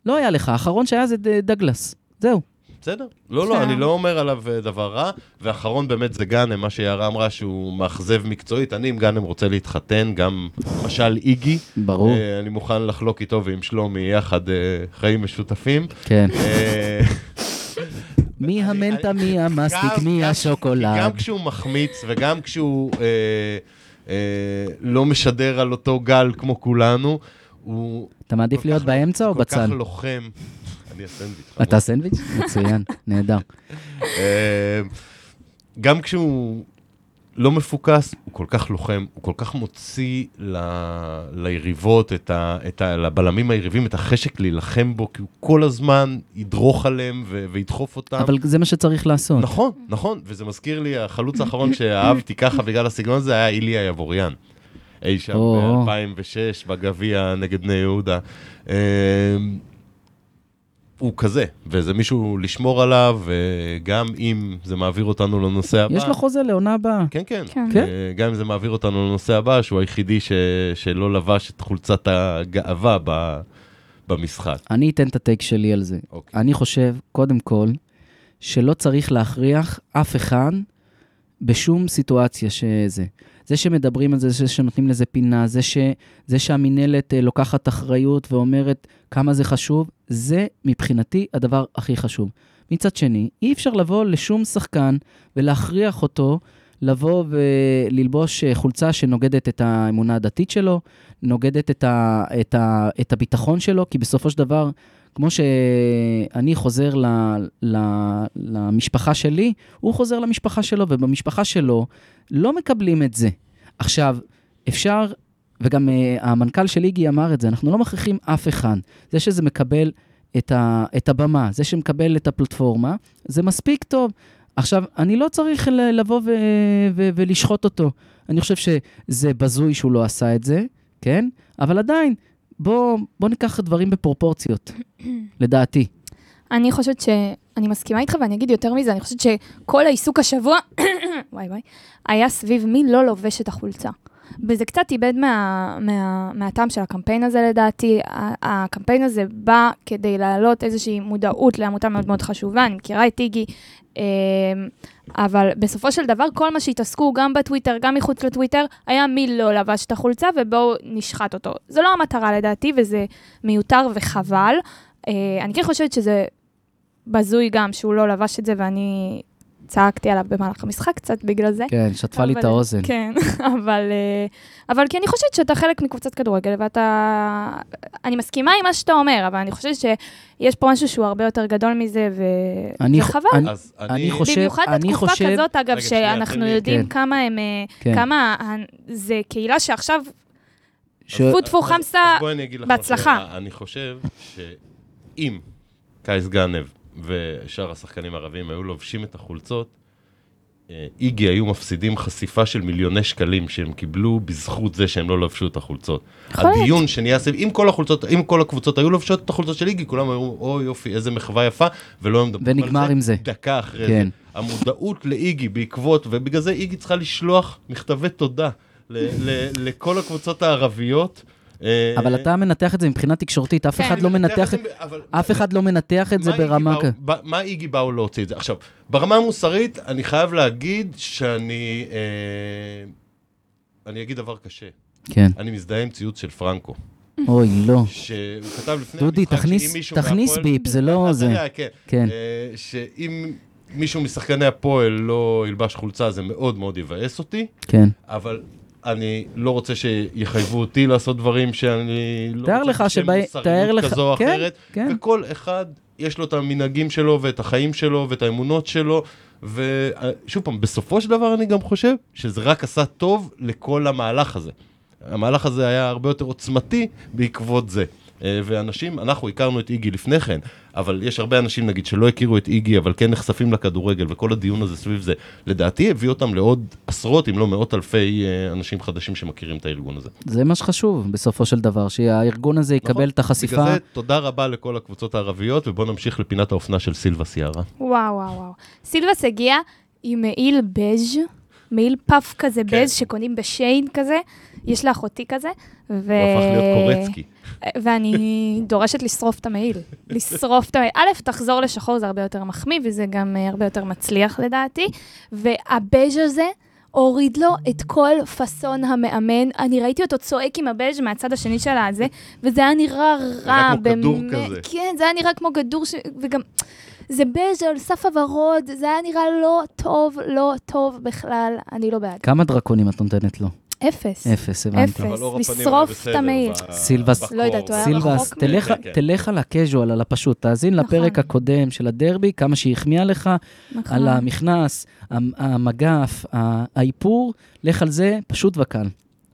[SPEAKER 2] לא היה לך, האחרון שהיה זה ד- דגלס. זהו.
[SPEAKER 1] בסדר. לא, לא,
[SPEAKER 3] בסדר.
[SPEAKER 1] אני לא אומר עליו אה, דבר רע. ואחרון באמת זה גאנם, מה שיערה אמרה שהוא מאכזב מקצועית. אני עם גאנם רוצה להתחתן, גם משל איגי.
[SPEAKER 2] ברור.
[SPEAKER 1] אה, אני מוכן לחלוק איתו ועם שלומי יחד אה, חיים משותפים.
[SPEAKER 2] כן.
[SPEAKER 1] אה,
[SPEAKER 2] מי
[SPEAKER 1] אני-
[SPEAKER 2] המנטה,
[SPEAKER 1] אני-
[SPEAKER 2] מי המסטיק,
[SPEAKER 1] גם-
[SPEAKER 2] מי
[SPEAKER 1] גם- גם
[SPEAKER 2] השוקולד.
[SPEAKER 1] כשהוא מחמיץ וגם כשהוא אה, אה, לא משדר על אותו גל כמו כולנו, הוא
[SPEAKER 2] אתה מעדיף
[SPEAKER 1] כל
[SPEAKER 2] להיות
[SPEAKER 1] כך- לא.
[SPEAKER 2] באמצע או
[SPEAKER 1] כל כך
[SPEAKER 2] בצד?
[SPEAKER 1] לוחם. אני הסנדוויץ'.
[SPEAKER 2] לא, אתה סנדוויץ'? מצוין, נהדר.
[SPEAKER 1] אה, גם כשהוא לא מפוקס, הוא כל כך לוחם, הוא כל כך מוציא ל... ליריבות, את ה... את ה... לבלמים היריבים, את החשק להילחם בו, כי הוא כל הזמן ידרוך עליהם ו... וידחוף אותם.
[SPEAKER 2] אבל זה מה שצריך לעשות.
[SPEAKER 1] נכון, נכון, וזה מזכיר לי, החלוץ האחרון שאהבתי ככה בגלל הסגנון הזה היה איליה יבוריאן. אי שם
[SPEAKER 2] או.
[SPEAKER 1] ב-2006 בגביע נגד בני יהודה. אה, הוא כזה, וזה מישהו לשמור עליו, וגם אם זה מעביר אותנו לנושא הבא.
[SPEAKER 2] יש לו חוזה לעונה הבאה.
[SPEAKER 1] כן, כן.
[SPEAKER 3] כן.
[SPEAKER 2] כן.
[SPEAKER 1] אה, גם אם זה מעביר אותנו לנושא הבא, שהוא היחידי ש... שלא לבש את חולצת הגאווה ב... במשחק.
[SPEAKER 2] אני אתן את הטייק שלי על זה.
[SPEAKER 1] אוקיי.
[SPEAKER 2] אני חושב, קודם כל, שלא צריך להכריח אף אחד בשום סיטואציה שזה. זה שמדברים על זה, זה שנותנים לזה פינה, זה, ש, זה שהמינהלת אה, לוקחת אחריות ואומרת כמה זה חשוב, זה מבחינתי הדבר הכי חשוב. מצד שני, אי אפשר לבוא לשום שחקן ולהכריח אותו לבוא וללבוש אה, חולצה שנוגדת את האמונה הדתית שלו, נוגדת את, ה, את, ה, את הביטחון שלו, כי בסופו של דבר, כמו שאני חוזר ל, ל, למשפחה שלי, הוא חוזר למשפחה שלו, ובמשפחה שלו לא מקבלים את זה. עכשיו, אפשר, וגם uh, המנכ"ל של איגי אמר את זה, אנחנו לא מכריחים אף אחד. זה שזה מקבל את, ה, את הבמה, זה שמקבל את הפלטפורמה, זה מספיק טוב. עכשיו, אני לא צריך ל- לבוא ו- ו- ולשחוט אותו. אני חושב שזה בזוי שהוא לא עשה את זה, כן? אבל עדיין, בוא, בוא ניקח דברים בפרופורציות, לדעתי.
[SPEAKER 3] אני חושבת ש... אני מסכימה איתך ואני אגיד יותר מזה, אני חושבת שכל העיסוק השבוע, וואי וואי, היה סביב מי לא לובש את החולצה. וזה קצת איבד מה, מה, מהטעם של הקמפיין הזה לדעתי. ה- הקמפיין הזה בא כדי להעלות איזושהי מודעות לעמותה מאוד מאוד חשובה, אני מכירה את איגי, אמ, אבל בסופו של דבר כל מה שהתעסקו, גם בטוויטר, גם מחוץ לטוויטר, היה מי לא לבש את החולצה ובואו נשחט אותו. זו לא המטרה לדעתי וזה מיותר וחבל. אה, אני כן חושבת שזה בזוי גם שהוא לא לבש את זה ואני צעקתי עליו במהלך המשחק קצת בגלל זה.
[SPEAKER 2] כן, שטפה לי את
[SPEAKER 3] אבל-
[SPEAKER 2] האוזן.
[SPEAKER 3] כן, אבל, אה, אבל כי אני חושבת שאתה חלק מקבוצת כדורגל, ואתה... אני מסכימה עם מה שאתה אומר, אבל אני חושבת שיש פה משהו שהוא הרבה יותר גדול מזה,
[SPEAKER 2] אני
[SPEAKER 3] וזה
[SPEAKER 2] ח-
[SPEAKER 3] חבל.
[SPEAKER 2] אני-
[SPEAKER 1] אז
[SPEAKER 2] אני חושב-
[SPEAKER 3] במיוחד
[SPEAKER 2] אני
[SPEAKER 3] בתקופה
[SPEAKER 2] חושב-
[SPEAKER 3] כזאת, אגב,
[SPEAKER 1] רגע, שנייה, תן
[SPEAKER 3] שאנחנו
[SPEAKER 1] לי-
[SPEAKER 2] כן.
[SPEAKER 3] יודעים כמה הם... אה,
[SPEAKER 2] כן.
[SPEAKER 3] כמה... ה- זה קהילה שעכשיו
[SPEAKER 2] ש...
[SPEAKER 1] אז-
[SPEAKER 3] פוט פור
[SPEAKER 1] אז-
[SPEAKER 3] חמסה,
[SPEAKER 1] אה, אז בואי אני אגיד לך
[SPEAKER 3] בהצלחה.
[SPEAKER 1] משהו. אני חושב שאם קייס גאנב ושאר השחקנים הערבים היו לובשים את החולצות, אה, איגי היו מפסידים חשיפה של מיליוני שקלים שהם קיבלו בזכות זה שהם לא לבשו את החולצות.
[SPEAKER 2] נכון.
[SPEAKER 3] יכול להיות.
[SPEAKER 1] הדיון שנהיה סביב, אם כל החולצות, אם כל הקבוצות היו לובשות את החולצות של איגי, כולם היו, אוי יופי, איזה מחווה יפה, ולא היו מדברים
[SPEAKER 2] ונגמר
[SPEAKER 1] על זה
[SPEAKER 2] עם זה.
[SPEAKER 1] דקה אחרי
[SPEAKER 2] כן.
[SPEAKER 1] זה. המודעות לאיגי בעקבות, ובגלל זה איגי צריכה לשלוח מכתבי תודה ל- ל- לכל הקבוצות הערביות. אה,
[SPEAKER 2] אבל אתה מנתח את זה מבחינה תקשורתית, אף
[SPEAKER 3] כן.
[SPEAKER 2] אחד
[SPEAKER 1] אני
[SPEAKER 2] לא מנתח את...
[SPEAKER 1] זה, אבל-
[SPEAKER 2] אף אחד לא מנתח את זה
[SPEAKER 1] מה איגי
[SPEAKER 2] ברמה
[SPEAKER 1] באו-
[SPEAKER 2] כ...
[SPEAKER 1] ב- מה איגי באו להוציא את זה? עכשיו, ברמה המוסרית, אני חייב להגיד שאני... אה, אני אגיד דבר קשה.
[SPEAKER 2] כן.
[SPEAKER 1] אני מזדהה עם ציוץ של פרנקו,
[SPEAKER 2] אוי, לא.
[SPEAKER 1] שהוא כתב לפני
[SPEAKER 2] דודי,
[SPEAKER 1] המשחק
[SPEAKER 2] תכניס-
[SPEAKER 1] שאם מישהו
[SPEAKER 2] תכניס
[SPEAKER 1] מהפועל-
[SPEAKER 2] ביפ, זה לא
[SPEAKER 1] אתה
[SPEAKER 2] זה.
[SPEAKER 1] יודע, כן.
[SPEAKER 2] כן.
[SPEAKER 1] אה, שאם מישהו משחקני הפועל לא ילבש חולצה, זה מאוד מאוד יבאס אותי,
[SPEAKER 2] כן.
[SPEAKER 1] אבל אני לא רוצה שיחייבו אותי לעשות דברים שאני לא
[SPEAKER 2] תאר
[SPEAKER 1] רוצה
[SPEAKER 2] לך
[SPEAKER 1] בשם
[SPEAKER 2] שבא-
[SPEAKER 1] מוסריות
[SPEAKER 2] תאר לך-
[SPEAKER 1] כזו או
[SPEAKER 2] כן,
[SPEAKER 1] אחרת.
[SPEAKER 2] כן.
[SPEAKER 1] וכל אחד יש לו את המנהגים שלו ואת החיים שלו ואת האמונות שלו. ושוב פעם, בסופו של דבר אני גם חושב שזה רק עשה טוב לכל המהלך הזה. המהלך הזה היה הרבה יותר עוצמתי בעקבות זה. אה, ואנשים, אנחנו הכרנו את איגי לפני כן, אבל יש הרבה אנשים נגיד שלא הכירו את איגי, אבל כן נחשפים לכדורגל, וכל הדיון הזה סביב זה, לדעתי הביא אותם לעוד עשרות, אם לא מאות אלפי אה, אנשים חדשים שמכירים את הארגון הזה.
[SPEAKER 2] זה מה שחשוב, בסופו של דבר, שהארגון הזה יקבל
[SPEAKER 1] נכון.
[SPEAKER 2] את החשיפה.
[SPEAKER 1] בגלל זה, תודה רבה לכל הקבוצות הערביות, ובואו נמשיך לפינת האופנה של סילבה סיארה.
[SPEAKER 3] וואו, וואו, וואו. סילבס הגיע עם מעיל בז', מעיל פאף כזה
[SPEAKER 1] כן.
[SPEAKER 3] בז' שקונים בשיין כזה, יש לאחותי כזה, ו...
[SPEAKER 1] הוא הפך להיות
[SPEAKER 3] אה,
[SPEAKER 1] קורצקי.
[SPEAKER 3] ואני דורשת לשרוף את המעיל. לשרוף את המעיל. א', תחזור לשחור, זה הרבה יותר מחמיא, וזה גם אה, הרבה יותר מצליח לדעתי. והבז' הזה הוריד לו את כל פאסון המאמן. אני ראיתי אותו צועק עם הבז' מהצד השני של הזה, וזה היה נראה רע.
[SPEAKER 1] כמו כדור
[SPEAKER 3] באמת.
[SPEAKER 1] כזה.
[SPEAKER 3] כן, זה היה נראה כמו גדור, ש... וגם... זה בז' על סף הוורוד, זה היה נראה לא טוב, לא טוב בכלל, אני לא בעד.
[SPEAKER 2] כמה דרקונים את נותנת לו?
[SPEAKER 3] אה, אפס.
[SPEAKER 2] אפס, הבנתי.
[SPEAKER 3] אפס.
[SPEAKER 1] אבל אור הפנים היה
[SPEAKER 3] לשרוף את
[SPEAKER 1] בסדר
[SPEAKER 3] המעיל.
[SPEAKER 1] ב-
[SPEAKER 2] סילבס-
[SPEAKER 1] בקור.
[SPEAKER 3] לא יודעת, הוא היה
[SPEAKER 2] סילבס,
[SPEAKER 3] רחוק
[SPEAKER 2] תלך-
[SPEAKER 1] כן, כן.
[SPEAKER 2] תלך על הקז'ואל, על הפשוט. תאזין
[SPEAKER 3] נכון.
[SPEAKER 2] לפרק הקודם של הדרבי, כמה שהיא החמיאה לך,
[SPEAKER 3] נכון.
[SPEAKER 2] על המכנס, המ- המגף, ה- האיפור, לך על זה, פשוט וקל.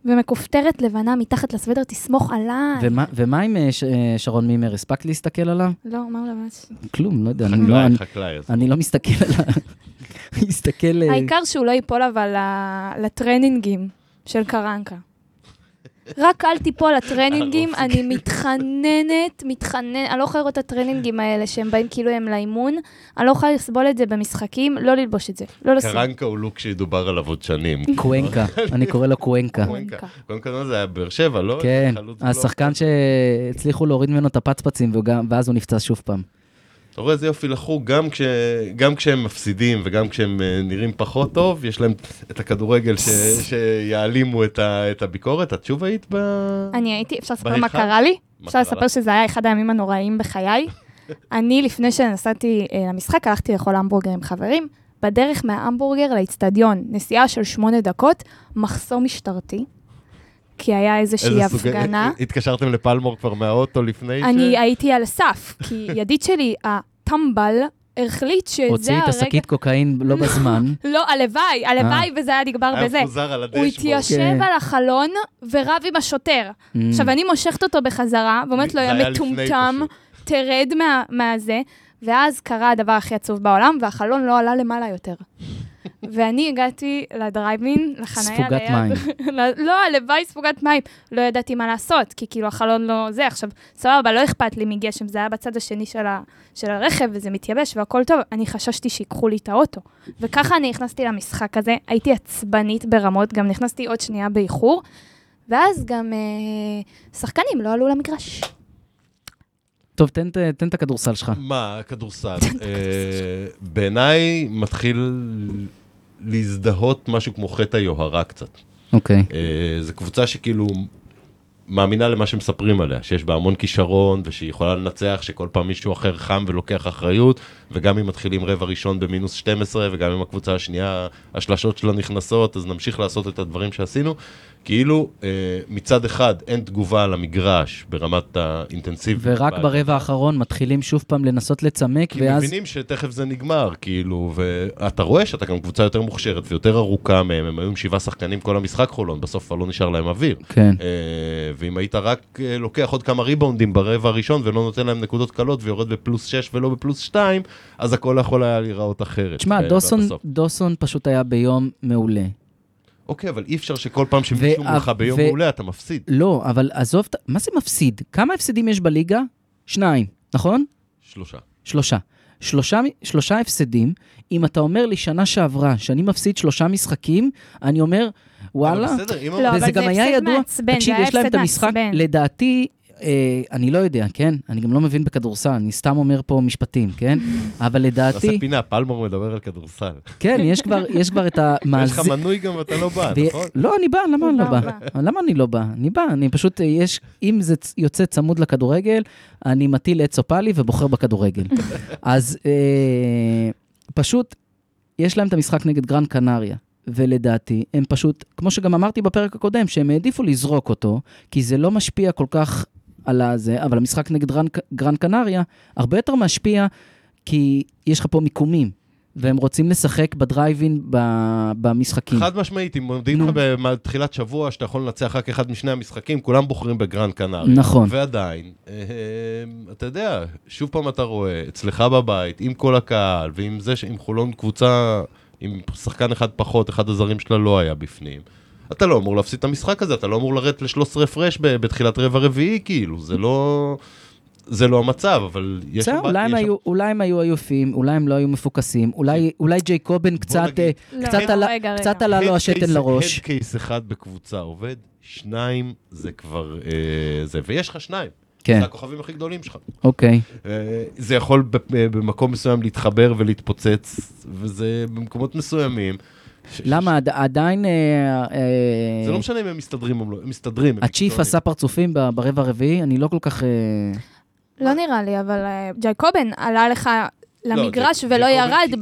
[SPEAKER 3] ומכופתרת לבנה מתחת לסוודר, תסמוך עליי.
[SPEAKER 2] ומה- ומה עם אה, ש- אה, שרון מימר? הספקת להסתכל עליו?
[SPEAKER 3] לא, מה הוא לבש?
[SPEAKER 2] כלום, לא יודע. אני לא-
[SPEAKER 1] חקלאי,
[SPEAKER 2] אני-
[SPEAKER 1] חקלאי. אז-
[SPEAKER 2] אני לא מסתכל עליו. אני מסתכל... אה,
[SPEAKER 3] העיקר שהוא לא ייפול אבל ל- לטרנינגים של קרנקה. רק אל תיפול לטרנינגים, אני מתחננת, מתחננת, אני לא יכולה לראות את הטרנינגים האלה שהם באים כאילו הם לאימון, אני לא יכולה לסבול את זה במשחקים, לא ללבוש את זה, לא לשים.
[SPEAKER 1] קרנקה הוא לוק שידובר עליו עוד שנים.
[SPEAKER 2] קוונקה, אני קורא לו קוונקה. לא
[SPEAKER 1] קרנקה.
[SPEAKER 3] קרנקה.
[SPEAKER 1] קודם כל זה היה באר שבע, לא?
[SPEAKER 2] כן,
[SPEAKER 1] חלוץ בלוק.
[SPEAKER 2] השחקן שהצליחו להוריד ממנו את הפצפצים, והוא גם- ואז הוא נפצע שוב פעם.
[SPEAKER 1] אתה רואה איזה יופי לחוג, גם, כש... גם כשהם מפסידים וגם כשהם אה, נראים פחות טוב, יש להם את הכדורגל ש... שיעלימו את, ה... את הביקורת. את שוב היית ב...
[SPEAKER 3] אני הייתי, אפשר לספר
[SPEAKER 1] בהיכל?
[SPEAKER 3] מה קרה לי?
[SPEAKER 1] מה
[SPEAKER 3] אפשר
[SPEAKER 1] קרה לך?
[SPEAKER 3] לספר שזה היה אחד הימים הנוראים בחיי. אני, לפני שנסעתי אה, למשחק, הלכתי לאכול המבורגר עם חברים. בדרך מההמבורגר לאיצטדיון, נסיעה של שמונה דקות, מחסום משטרתי, כי היה איזושהי
[SPEAKER 1] איזה אה, סוג-
[SPEAKER 3] הפגנה.
[SPEAKER 1] התקשרתם לפלמור כבר מהאוטו לפני
[SPEAKER 3] אני הייתי על הסף, כי ידיד שלי, הטמבל, החליט שזה
[SPEAKER 2] הוציא את
[SPEAKER 3] הרגע...
[SPEAKER 2] השקית אה. קוקאין לא בזמן.
[SPEAKER 3] לא, הלוואי, הלוואי וזה היה נגמר
[SPEAKER 1] היה
[SPEAKER 3] בזה.
[SPEAKER 1] מפוזר על
[SPEAKER 3] הוא
[SPEAKER 1] הדשבורד.
[SPEAKER 2] כן.
[SPEAKER 3] התיישב על החלון ורב עם השוטר. עכשיו,
[SPEAKER 2] Mm.
[SPEAKER 3] אני מושכת אותו בחזרה, ואומרת לו,
[SPEAKER 1] Mm. זה
[SPEAKER 3] יא
[SPEAKER 1] היה לפני
[SPEAKER 3] מטומטם,
[SPEAKER 1] פשוט."
[SPEAKER 3] תרד מה- מהזה. ואז קרה הדבר הכי עצוב בעולם, והחלון לא עלה למעלה יותר. ואני הגעתי לדרייבין, לחניה ליד.
[SPEAKER 2] ספוגת מים.
[SPEAKER 3] ל- לא, הלוואי ספוגת מים. לא ידעתי מה לעשות, כי כאילו החלון לא זה. עכשיו, סבבה, לא אכפת לי מגשם, זה היה בצד השני של, ה... של הרכב, וזה מתייבש והכל טוב. אני חששתי שיקחו לי את האוטו. וככה אני נכנסתי למשחק הזה, הייתי עצבנית ברמות, גם נכנסתי עוד שנייה באיחור, ואז גם אה, שחקנים לא עלו למגרש.
[SPEAKER 2] טוב, תן את- תן את הכדורסל שלך.
[SPEAKER 1] מה, הכדורסל. אה, בעיניי מתחיל להזדהות משהו כמו חטא היוהרה קצת.
[SPEAKER 2] אוקיי.
[SPEAKER 1] אה, זו קבוצה שכאילו מאמינה למה שמספרים עליה, שיש בה המון כישרון ושהיא יכולה לנצח, שכל פעם מישהו אחר חם ולוקח אחריות, וגם אם מתחילים רבע ראשון במינוס 12, וגם אם הקבוצה השנייה, השלשות שלה נכנסות, אז נמשיך לעשות את הדברים שעשינו. כאילו, אה, מצד אחד אין תגובה על המגרש ברמת האינטנסיביות.
[SPEAKER 2] ורק ברבע האחרון מתחילים שוב פעם לנסות לצמק,
[SPEAKER 1] כי ואז...
[SPEAKER 2] ואז...
[SPEAKER 1] מבינים שתכף זה נגמר, כאילו, ואתה רואה שאתה גם קבוצה יותר מוכשרת ויותר ארוכה מהם, הם היו עם שבעה שחקנים כל המשחק חולון, בסוף כבר לא נשאר להם אוויר.
[SPEAKER 2] כן.
[SPEAKER 1] אה, ואם היית רק אה, לוקח עוד כמה ריבאונדים ברבע הראשון ולא נותן להם נקודות קלות ויורד בפלוס 6 ולא בפלוס 2, אז הכל יכול היה להיראות אחרת.
[SPEAKER 2] תשמע,
[SPEAKER 1] ב-
[SPEAKER 2] דוסון,
[SPEAKER 1] בסוף.
[SPEAKER 2] דוסון פשוט היה ביום מעולה.
[SPEAKER 1] אוקיי, אבל אי אפשר שכל פעם שמישהו
[SPEAKER 2] ו-
[SPEAKER 1] מולך ביום
[SPEAKER 2] ו-
[SPEAKER 1] מעולה אתה מפסיד.
[SPEAKER 2] לא, אבל עזוב, את- מה זה מפסיד? כמה הפסדים יש בליגה? שניים, נכון?
[SPEAKER 1] שלושה.
[SPEAKER 2] שלושה. שלושה, שלושה הפסדים. אם אתה אומר לי שנה שעברה שאני מפסיד שלושה משחקים, אני אומר, וואלה,
[SPEAKER 1] אבל בסדר, אם...
[SPEAKER 3] לא, אבל
[SPEAKER 2] וזה
[SPEAKER 3] זה
[SPEAKER 2] גם היה
[SPEAKER 3] הפסד
[SPEAKER 2] ידוע,
[SPEAKER 3] מעצבן,
[SPEAKER 2] תקשיב,
[SPEAKER 3] זה היה
[SPEAKER 2] יש להם את
[SPEAKER 3] הפסד
[SPEAKER 2] המשחק,
[SPEAKER 3] מעצבן.
[SPEAKER 2] לדעתי, אה, אני לא יודע, כן? אני גם לא מבין בכדורסל, אני סתם אומר פה משפטים, כן? אבל
[SPEAKER 1] נעשה
[SPEAKER 2] לדעתי,
[SPEAKER 1] פינה, פלמור מדבר על כדורסל.
[SPEAKER 2] כן, יש כבר, יש כבר את
[SPEAKER 1] יש לך
[SPEAKER 2] המאזין.
[SPEAKER 1] מנוי גם ואתה לא בא,
[SPEAKER 2] ו-
[SPEAKER 1] נכון?
[SPEAKER 2] לא, אני בא, למה אני
[SPEAKER 3] הוא
[SPEAKER 2] לא
[SPEAKER 3] בא,
[SPEAKER 2] בא?
[SPEAKER 3] הוא
[SPEAKER 2] למה אני לא בא? אני בא, אני פשוט, אה, יש, אם זה צ- יוצא צמוד לכדורגל, אני מטיל עץ או פאלי ובוחר בכדורגל. אז אה, פשוט, יש להם את המשחק נגד גרן קנריה, ולדעתי, הם פשוט, כמו שגם אמרתי בפרק הקודם, שהם העדיפו לזרוק אותו, כי זה לא משפיע כל כך על הזה, אבל המשחק נגד גרן, גרן קנריה הרבה יותר משפיע, כי יש לך פה מיקומים. והם רוצים לשחק בדרייבין במשחקים.
[SPEAKER 1] חד משמעית, אם מודיעים לך בתחילת שבוע שאתה יכול לנצח רק אחד משני המשחקים, כולם בוחרים בגרנד קנרי.
[SPEAKER 2] נכון.
[SPEAKER 1] ועדיין, אה, אתה יודע, שוב פעם אתה רואה, אצלך בבית, עם כל הקהל, ועם זה שעם חולון קבוצה, עם שחקן אחד פחות, אחד הזרים שלה לא היה בפנים. אתה לא אמור להפסיד את המשחק הזה, אתה לא אמור לרדת ל-13 הפרש ב- בתחילת רבע רביעי, כאילו, זה לא... זה לא המצב, אבל יש...
[SPEAKER 2] בסדר,
[SPEAKER 1] שם-
[SPEAKER 2] אולי הם
[SPEAKER 1] יש שם-
[SPEAKER 2] היו- אולי הם היו עייפים, אולי הם לא היו מפוקסים, אולי- אולי ג'יי קובן קצת
[SPEAKER 1] נגיד,
[SPEAKER 2] אה, קצת
[SPEAKER 3] לא,
[SPEAKER 2] עלה-
[SPEAKER 3] רגע, רגע.
[SPEAKER 2] קצת עלה לו
[SPEAKER 1] Head
[SPEAKER 2] השתן
[SPEAKER 1] case-
[SPEAKER 2] לראש.
[SPEAKER 1] head case אחד בקבוצה עובד, שניים זה כבר... אה, זה, ויש לך שניים.
[SPEAKER 2] כן,
[SPEAKER 1] זה לא הכוכבים הכי גדולים שלך.
[SPEAKER 2] אוקיי.
[SPEAKER 1] אה, זה יכול ב- אה, במקום מסוים להתחבר ולהתפוצץ, וזה במקומות מסוימים. ש-
[SPEAKER 2] למה עד- עדיין... אה, אה,
[SPEAKER 1] ש- זה לא משנה אם הם מסתדרים או לא, הם מסתדרים. הם
[SPEAKER 2] הצ'יף
[SPEAKER 1] מקצוענים.
[SPEAKER 2] עשה פרצופים ב- ברבע הרביעי, אני לא כל כך... אה,
[SPEAKER 3] לא נראה לי, אבל אה, ג'ייקובן עלה לך למגרש ולא
[SPEAKER 1] ג'קוביץ'-
[SPEAKER 3] ירד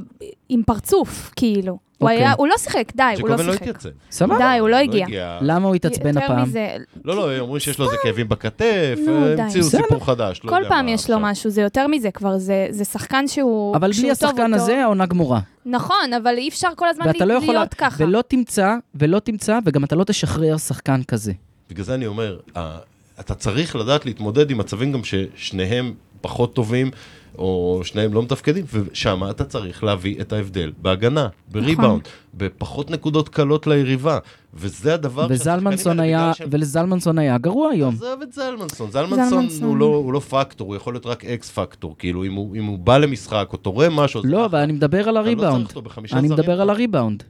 [SPEAKER 3] עם פרצוף, כאילו. הוא
[SPEAKER 2] אוקיי.
[SPEAKER 3] היה- הוא לא שיחק, די, הוא לא
[SPEAKER 1] ג'קובן לא
[SPEAKER 3] שיחק.
[SPEAKER 1] התייצב.
[SPEAKER 2] סבבה?
[SPEAKER 3] די, הוא לא הגיע.
[SPEAKER 1] אה.
[SPEAKER 2] למה הוא התעצבן
[SPEAKER 3] יותר
[SPEAKER 2] הפעם?
[SPEAKER 3] מזה,
[SPEAKER 1] לא, לא, הם אומרים שיש לו איזה כאבים בכתף,
[SPEAKER 3] נו,
[SPEAKER 1] אה,
[SPEAKER 3] די.
[SPEAKER 1] המציאו
[SPEAKER 2] בסדר.
[SPEAKER 1] סיפור חדש. לא
[SPEAKER 3] כל
[SPEAKER 1] יודע
[SPEAKER 3] פעם
[SPEAKER 1] מה
[SPEAKER 3] יש לו
[SPEAKER 1] עכשיו.
[SPEAKER 3] משהו, זה יותר מזה כבר, זה זה שחקן שהוא...
[SPEAKER 2] אבל בלי
[SPEAKER 3] שהוא טוב, הוא
[SPEAKER 2] השחקן
[SPEAKER 3] טוב.
[SPEAKER 2] הזה העונה גמורה.
[SPEAKER 3] נכון, אבל אי אפשר כל הזמן
[SPEAKER 2] ואתה לא
[SPEAKER 3] להיות
[SPEAKER 2] יכול...
[SPEAKER 3] ככה.
[SPEAKER 2] ולא תמצא, ולא תמצא, וגם אתה לא תשחרר שחקן כזה.
[SPEAKER 1] בגלל זה אני אומר, ה- אתה צריך לדעת להתמודד עם מצבים גם ששניהם פחות טובים, או שניהם לא מתפקדים, ושם אתה צריך להביא את ההבדל בהגנה, בריבאונד,
[SPEAKER 2] נכון.
[SPEAKER 1] בפחות נקודות קלות ליריבה, וזה הדבר
[SPEAKER 2] וזלמנסון היה, ולזלמנסון היה גרוע היום.
[SPEAKER 1] עזוב את זלמנסון, זלמנסון
[SPEAKER 3] זלמנסון.
[SPEAKER 1] הוא לא, הוא לא פקטור, הוא יכול להיות רק אקס פקטור, כאילו אם הוא, אם הוא בא למשחק או תורם משהו, אז
[SPEAKER 2] לא,
[SPEAKER 1] אחלה.
[SPEAKER 2] אבל אני מדבר על
[SPEAKER 1] אתה לא
[SPEAKER 2] הריבאונד.
[SPEAKER 1] צריך אותו בחמישה
[SPEAKER 2] אני
[SPEAKER 1] זרים.
[SPEAKER 2] מדבר על הריבאונד.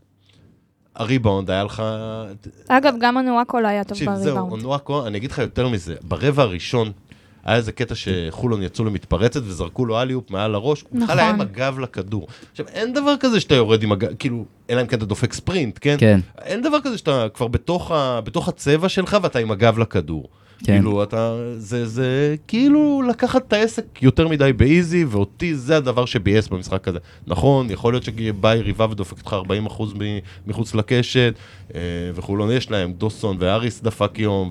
[SPEAKER 1] הריבאונד היה לך...
[SPEAKER 3] אגב, גם אנואקו לא היה טוב
[SPEAKER 1] תקשיב, זהו,
[SPEAKER 3] בריבאונד.
[SPEAKER 1] אונואקו, אני אגיד לך יותר מזה, ברבע הראשון היה איזה קטע שחולון יצאו למתפרצת וזרקו לו אליופ מעל הראש, הוא
[SPEAKER 3] נכון.
[SPEAKER 1] בכלל היה עם הגב לכדור. עכשיו, אין דבר כזה שאתה יורד עם הגב, כאילו, אלא אם כן אתה דופק ספרינט, כן?
[SPEAKER 2] כן.
[SPEAKER 1] אין דבר כזה שאתה כבר בתוך, ה, בתוך הצבע שלך ואתה עם הגב לכדור.
[SPEAKER 2] כן.
[SPEAKER 1] כן. כאילו, אתה, זה, זה כאילו לקחת את העסק יותר מדי באיזי, ואותי זה הדבר שביאס במשחק הזה. נכון, יכול להיות שבא יריבה ודופקת לך 40% מ- מחוץ לקשת, אה, וחולון יש להם, דוסון ואריס דפק יום,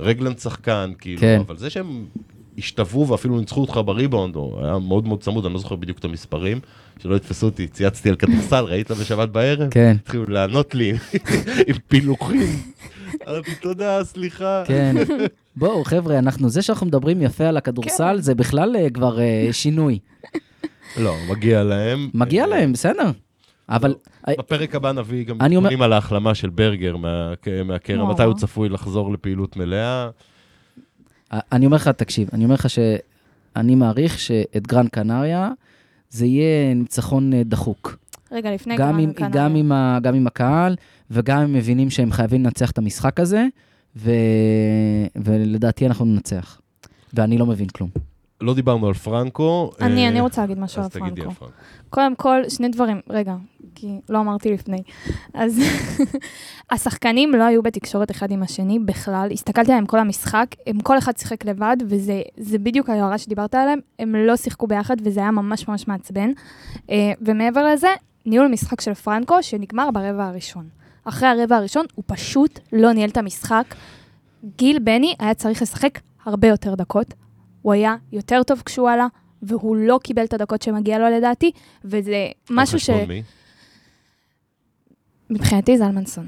[SPEAKER 1] ורגלנד שחקן, כאילו,
[SPEAKER 2] כן.
[SPEAKER 1] כן. אבל זה שהם השתוו ואפילו ניצחו אותך בריבאונד, או היה מאוד מאוד צמוד, אני לא זוכר בדיוק את המספרים, שלא יתפסו אותי, צייצתי על כדורסל, ראית בשבת בערב?
[SPEAKER 2] כן.
[SPEAKER 1] התחילו לענות לי עם פילוחים. אמרתי, תודה, סליחה.
[SPEAKER 2] כן. בואו, חבר'ה, אנחנו, זה שאנחנו מדברים יפה על הכדורסל, זה בכלל אה, כבר אה, שינוי.
[SPEAKER 1] לא, מגיע להם.
[SPEAKER 2] מגיע
[SPEAKER 1] אה,
[SPEAKER 2] להם, בסדר. אבל...
[SPEAKER 1] בפרק הבא נביא גם
[SPEAKER 2] אני אומר-
[SPEAKER 1] נתונים על ההחלמה של ברגר מה- מהקרע,
[SPEAKER 3] וואו.
[SPEAKER 1] מתי הוא צפוי לחזור לפעילות מלאה.
[SPEAKER 2] אה, אני אומר לך, תקשיב, אני אומר לך שאני מעריך שאת גרן קנריה זה יהיה ניצחון אה, דחוק.
[SPEAKER 3] רגע, לפני
[SPEAKER 2] גם עם,
[SPEAKER 3] גרנד
[SPEAKER 2] גם,
[SPEAKER 3] קנריה.
[SPEAKER 2] עם ה, גם עם הקהל, וגם הם מבינים שהם חייבים לנצח את המשחק הזה, ו, ולדעתי אנחנו ננצח. ואני לא מבין כלום.
[SPEAKER 1] לא דיברנו על פרנקו.
[SPEAKER 3] אני,
[SPEAKER 1] אה,
[SPEAKER 3] אני רוצה להגיד משהו על
[SPEAKER 1] אז תגידי
[SPEAKER 3] פרנקו.
[SPEAKER 1] על פרנקו.
[SPEAKER 3] קודם כל, שני דברים, רגע, כי לא אמרתי לפני. אז השחקנים לא היו בתקשורת אחד עם השני בכלל, הסתכלתי עליהם כל המשחק, הם כל אחד שיחק לבד, וזה זה בדיוק ההערה שדיברת עליהם, הם לא שיחקו ביחד, וזה היה ממש ממש מעצבן. אה, ומעבר לזה, ניהול משחק של פרנקו, שנגמר ברבע הראשון. אחרי הרבע הראשון, הוא פשוט לא ניהל את המשחק. גיל בני היה צריך לשחק הרבה יותר דקות, הוא היה יותר טוב כשהוא עלה, והוא לא קיבל את הדקות שמגיע לו לדעתי, וזה משהו
[SPEAKER 1] על
[SPEAKER 3] ש...
[SPEAKER 1] חשבון מי?
[SPEAKER 3] מבחינתי זלמנסון.